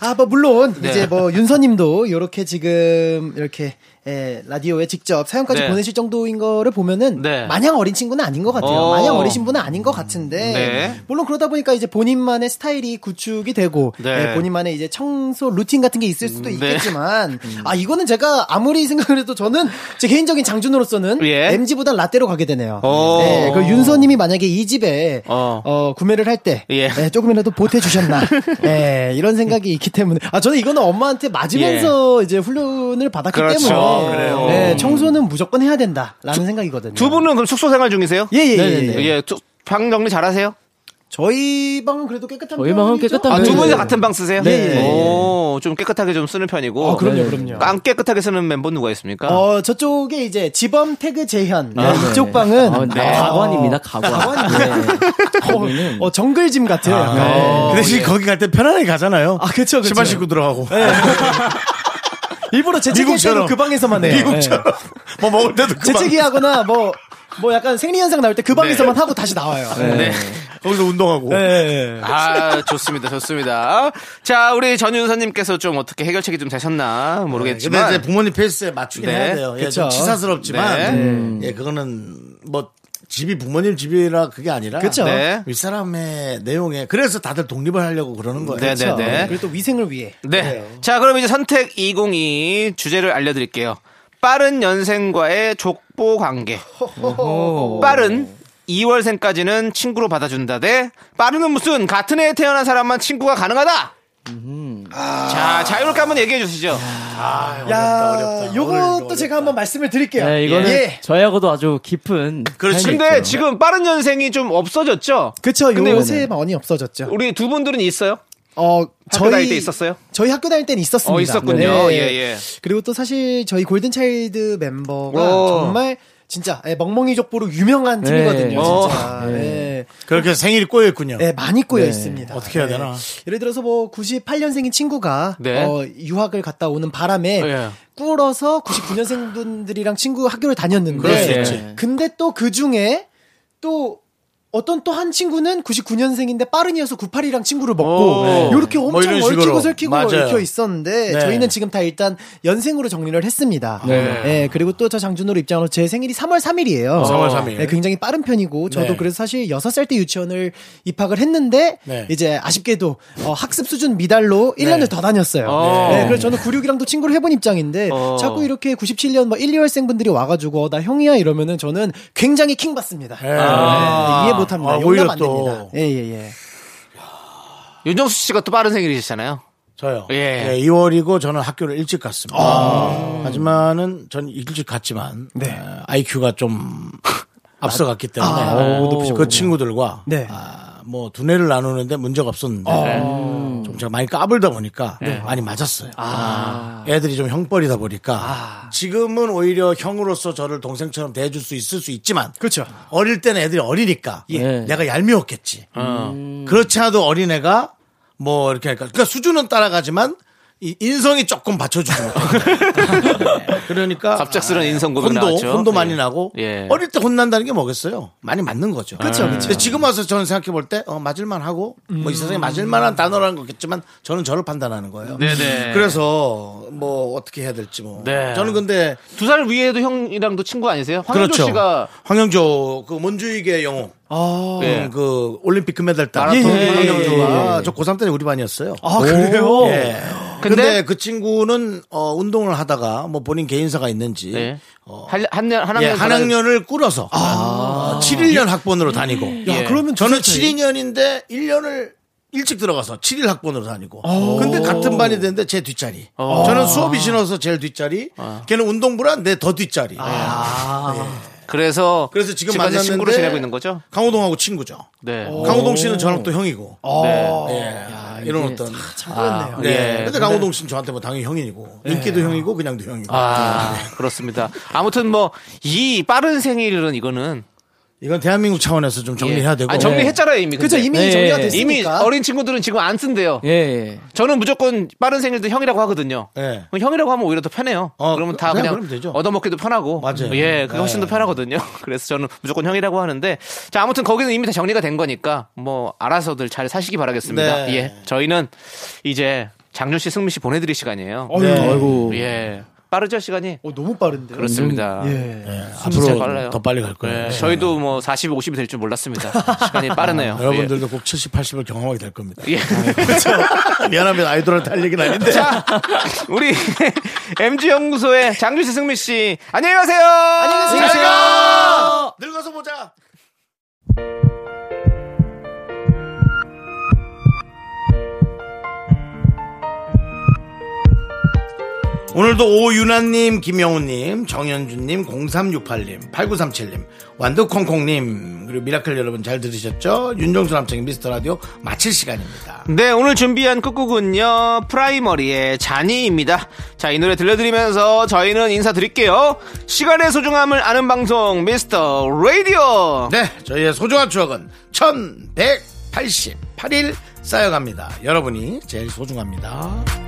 아, 뭐 물론 네. 이제 뭐 윤서님도 이렇게 지금 이렇게 에, 라디오에 직접 사연까지 네. 보내실 정도인 거를 보면은 네. 마냥 어린 친구는 아닌 것 같아요. 어. 마냥 어리신 분은 아닌 것 같은데 네. 물론 그러다 보니까 이제 본인만의 스타일이 구축이 되고 네. 예, 본인만의 이제 청소 루틴 같은 게 있을 수도 네. 있겠지만 아 이거는 제가 아무리 생각을 해도 저는 제 개인적인 장준으로서는 예. MG보단 라떼로 가게 되네요. 어. 예, 그 윤서님이 만약에 이 집에 어. 어, 구매를 할 때 예. 조금이라도 (laughs) 보태 주셨나 예, 이런 생각이 있기 때문에 아 저는 이거는 엄마한테 맞으면서 이제 훈련을 받았기 예. 그렇죠. 때문에 그래요. 예, 청소는 무조건 해야 된다라는 생각이거든요. 두 분은 그럼 숙소 생활 중이세요? 예, 예, 예, 예, 예. 두- 방 정리 잘하세요? 저희 방은 그래도 깨끗한 저희 방은 편이죠? 깨끗한 아, 두 네. 분이 같은 방 쓰세요? 네. 오, 좀 깨끗하게 좀 쓰는 편이고. 아, 그럼요, 그럼요. 안 깨끗하게 쓰는 멤버 누가 있습니까? 어 저쪽에 이제 지범 태그 재현 네, 네. 이쪽 방은 아, 네. 가관입니다, 가관. 네. 어, 어, 정글짐 같은 네. 아, 네. 어, 어, 그 예. 대신 거기 갈 때 편안하게 가잖아요. 그렇죠, 아 그쵸 그쵸 신발 신고 들어가고. 예. (laughs) 일부러 재채기처럼 미국처럼. 그 방에서만 해요. 미국처럼. 예. 뭐 먹을 때도 예. 그만. 재채기하거나 뭐. 뭐 약간 생리현상 나올 때 그 방에서만 하고 다시 나와요. 네. 거기서 운동하고. 예. 예. 네. 아, 좋습니다, 좋습니다. 자, 우리 전윤서님께서 좀 어떻게 해결책이 좀 네, 되셨나 근데 모르겠지만. 이제 부모님 페이스에 맞추긴 네. 해야 돼요. 예, 좀 그쵸. 네. 치사스럽지만 예, 그거는 뭐 집이 부모님 집이라 그게 아니라 그쵸. 네. 윗사람의 내용에 그래서 다들 독립을 하려고 그러는 거예요. 네, 네, 그렇죠. 네. 그리고 또 위생을 위해. 네. 자, 그럼 이제 선택 202 주제를 알려드릴게요. 빠른 연생과의 족보 관계. 빠른 2월생까지는 친구로 받아준다 대 빠르는 무슨 같은 해에 태어난 사람만 친구가 가능하다. 아. 자, 자유롭게 한번 얘기해 주시죠. 야, 요것도 제가 한번 말씀을 드릴게요. 네, 이거는 예. 그렇죠. 저희하고도 아주 깊은. 그렇지. 근데 지금 빠른 연생이 좀 없어졌죠? 그쵸, 근데 요새 많이 없어졌죠. 우리 두 분들은 있어요? 어, 학교 다닐 때 있었어요? 저희 학교 다닐 때는 있었습니다. 어, 있었군요. 네. 예, 예. 그리고 또 사실 저희 골든차일드 멤버가 오. 정말 진짜 예, 멍멍이 족보로 유명한 네. 팀이거든요, 어. 진짜. 예. 그렇게 생일이 꼬여 있군요. 네. 예, 많이 꼬여 있습니다. 어떻게 해야 되나? 예. 예를 들어서 뭐 98년생인 친구가 네. 어, 유학을 갔다 오는 바람에 어, 예. 꿇어서 99년생 분들이랑 친구 그럴 학교를 수 다녔는데 있지. 근데 또 그 중에 또 어떤 또 한 친구는 99년생인데 빠른이어서 98이랑 친구를 먹고 오. 요렇게 뭐 엄청 이런 얽히고 식으로. 설키고 맞아요. 얽혀 있었는데 네. 저희는 지금 다 일단 연생으로 정리를 했습니다. 네. 예, 그리고 또 저 장준호로 입장으로 제 생일이 3월 3일이에요. 3월 3일. 네, 굉장히 빠른 편이고 저도 어, 네. 그래서 사실 6살 때 유치원을 입학을 했는데 네. 이제 아쉽게도 어, 학습 수준 미달로 1년을 더 다녔어요. 어. 네, 그래서 저는 96이랑도 친구를 해본 입장인데 어. 자꾸 이렇게 97년 뭐 1, 2월생 분들이 와가지고 어, 나 형이야 이러면은 저는 굉장히 킹 받습니다. 아. 네, 이해 네. 못합니다. 아, 용납 오히려 안 또. 됩니다. 예예예. 윤정수 씨가 또 빠른 생일이시잖아요. 저요. 예. 예. 2월이고 저는 학교를 일찍 갔습니다. 하지만은 전 일찍 갔지만 어, IQ가 좀 (laughs) 앞서갔기 때문에 그 친구들과 네. 아, 어. 아, 뭐 두뇌를 나누는데 문제가 없었는데 좀 좀 제가 많이 까불다 보니까 네. 많이 맞았어요. 아, 아. 애들이 좀 형벌이다 보니까 지금은 오히려 형으로서 저를 동생처럼 대해줄 수 있을 수 있지만 그렇죠. 어릴 때는 애들이 어리니까 네. 예. 내가 얄미웠겠지. 어. 음. 그렇지 않아도 어린애가 뭐 이렇게 할까. 그러니까 수준은 따라가지만 이 인성이 조금 받쳐주지 못하고. (laughs) 네. 그러니까 갑작스런 인성 고백 혼도 나왔죠. 혼도 예. 많이 나고 예. 음. 어릴 때 혼난다는 게 뭐겠어요? 많이 맞는 거죠. 그쵸, 그쵸. 근데 지금 와서 저는 생각해 볼 때 어, 맞을만 하고 뭐 이 세상에 맞을만한 단어라는 거겠지만 저는 저를 판단하는 거예요. 네네. 그래서 뭐 어떻게 해야 될지 뭐. 네. 저는 근데 두 살 위에도 형이랑도 친구 아니세요? 황현조 그렇죠. 씨가 황영조 그 문주익의 영웅. 예. 그 올림픽 금메달 딸 마라톤 예, 황영조가. 황영조가 저 고3 때는 우리 반이었어요. 아 그래요? 예. 근데, 근데- 그 친구는 어, 운동을 하다가 뭐 본인 개인사가 있는지 네. 한, 한, 년- 한 예, 학년 아. 한 학년을 꾸려서 어, 7, 1년 학번으로 다니고. 야, 예. 그러면 저는 진짜 7, 2년인데 1년을 일찍 들어가서 7일 학번으로 다니고. 어. 근데 같은 반이 됐는데 제 뒷자리. 저는 수업이 싫어서 제일 뒷자리. 걔는 운동부란 내 더 뒷자리. 그래서 그래서 지금 지금까지 만났는데 아. 친구로 지내고 있는 거죠? 강호동하고 친구죠. 네. 강호동 씨는 저랑 또 형이고. 네. 예. 이런 어떤. 아. 잘그렇네요 네. 예. 근데 강호동 씨는 저한테 뭐 당연히 형이고. 인기도 형이고 그냥도 형이고. 아, 그렇습니다. 아무튼 뭐 이 빠른 생일은 이거는 이건 대한민국 차원에서 좀 정리해야 예. 되고. 예. 아니, 정리했잖아요, 이미. 그죠 근데. 이미 네. 정리가 이미 됐으니까. 이미 어린 친구들은 지금 안 쓴대요. 예, 예. 저는 무조건 빠른 생일도 형이라고 하거든요. 예. 그럼 형이라고 하면 오히려 더 편해요. 어, 그러면 다 그냥 그냥, 그러면 되죠. 얻어먹기도 편하고. 맞아요. 예, 그게 훨씬 네. 더 편하거든요. (laughs) 그래서 저는 무조건 형이라고 하는데. 자, 아무튼 거기는 이미 다 정리가 된 거니까 뭐 알아서들 잘 사시기 바라겠습니다. 네. 예. 저희는 이제 장준 씨, 승민 씨 보내드릴 시간이에요. 네. 어휴, 아이고. 예. 빠르죠, 시간이? 어, 너무 빠른데. 그렇습니다. 예. 진짜 앞으로 빨라요. 더 빨리 갈 거예요. 예, 네. 저희도 뭐 40, 50이 될 줄 몰랐습니다. 시간이 빠르네요. 아, 여러분들도 꼭 70, 80을 경험하게 될 겁니다. 아, 네, 예. 예. (laughs) 미안합니다. 아이돌한테 할 얘기는 아닌데. 자, 우리 (laughs) MG 연구소의 장준 씨, 승민 씨, 안녕히 가세요. 안녕히 늙어서 보자. 오늘도 오윤아님, 김영우님, 정현준님, 0368님, 8937님, 완두콩콩님, 그리고 미라클 여러분 잘 들으셨죠? 윤정수 남창의 미스터 라디오 마칠 시간입니다. 네, 오늘 준비한 끝곡은요, 프라이머리의 잔이입니다. 자, 이 노래 들려드리면서 저희는 인사드릴게요. 시간의 소중함을 아는 방송, 미스터 라디오. 네, 저희의 소중한 추억은 1188일 쌓여갑니다. 여러분이 제일 소중합니다.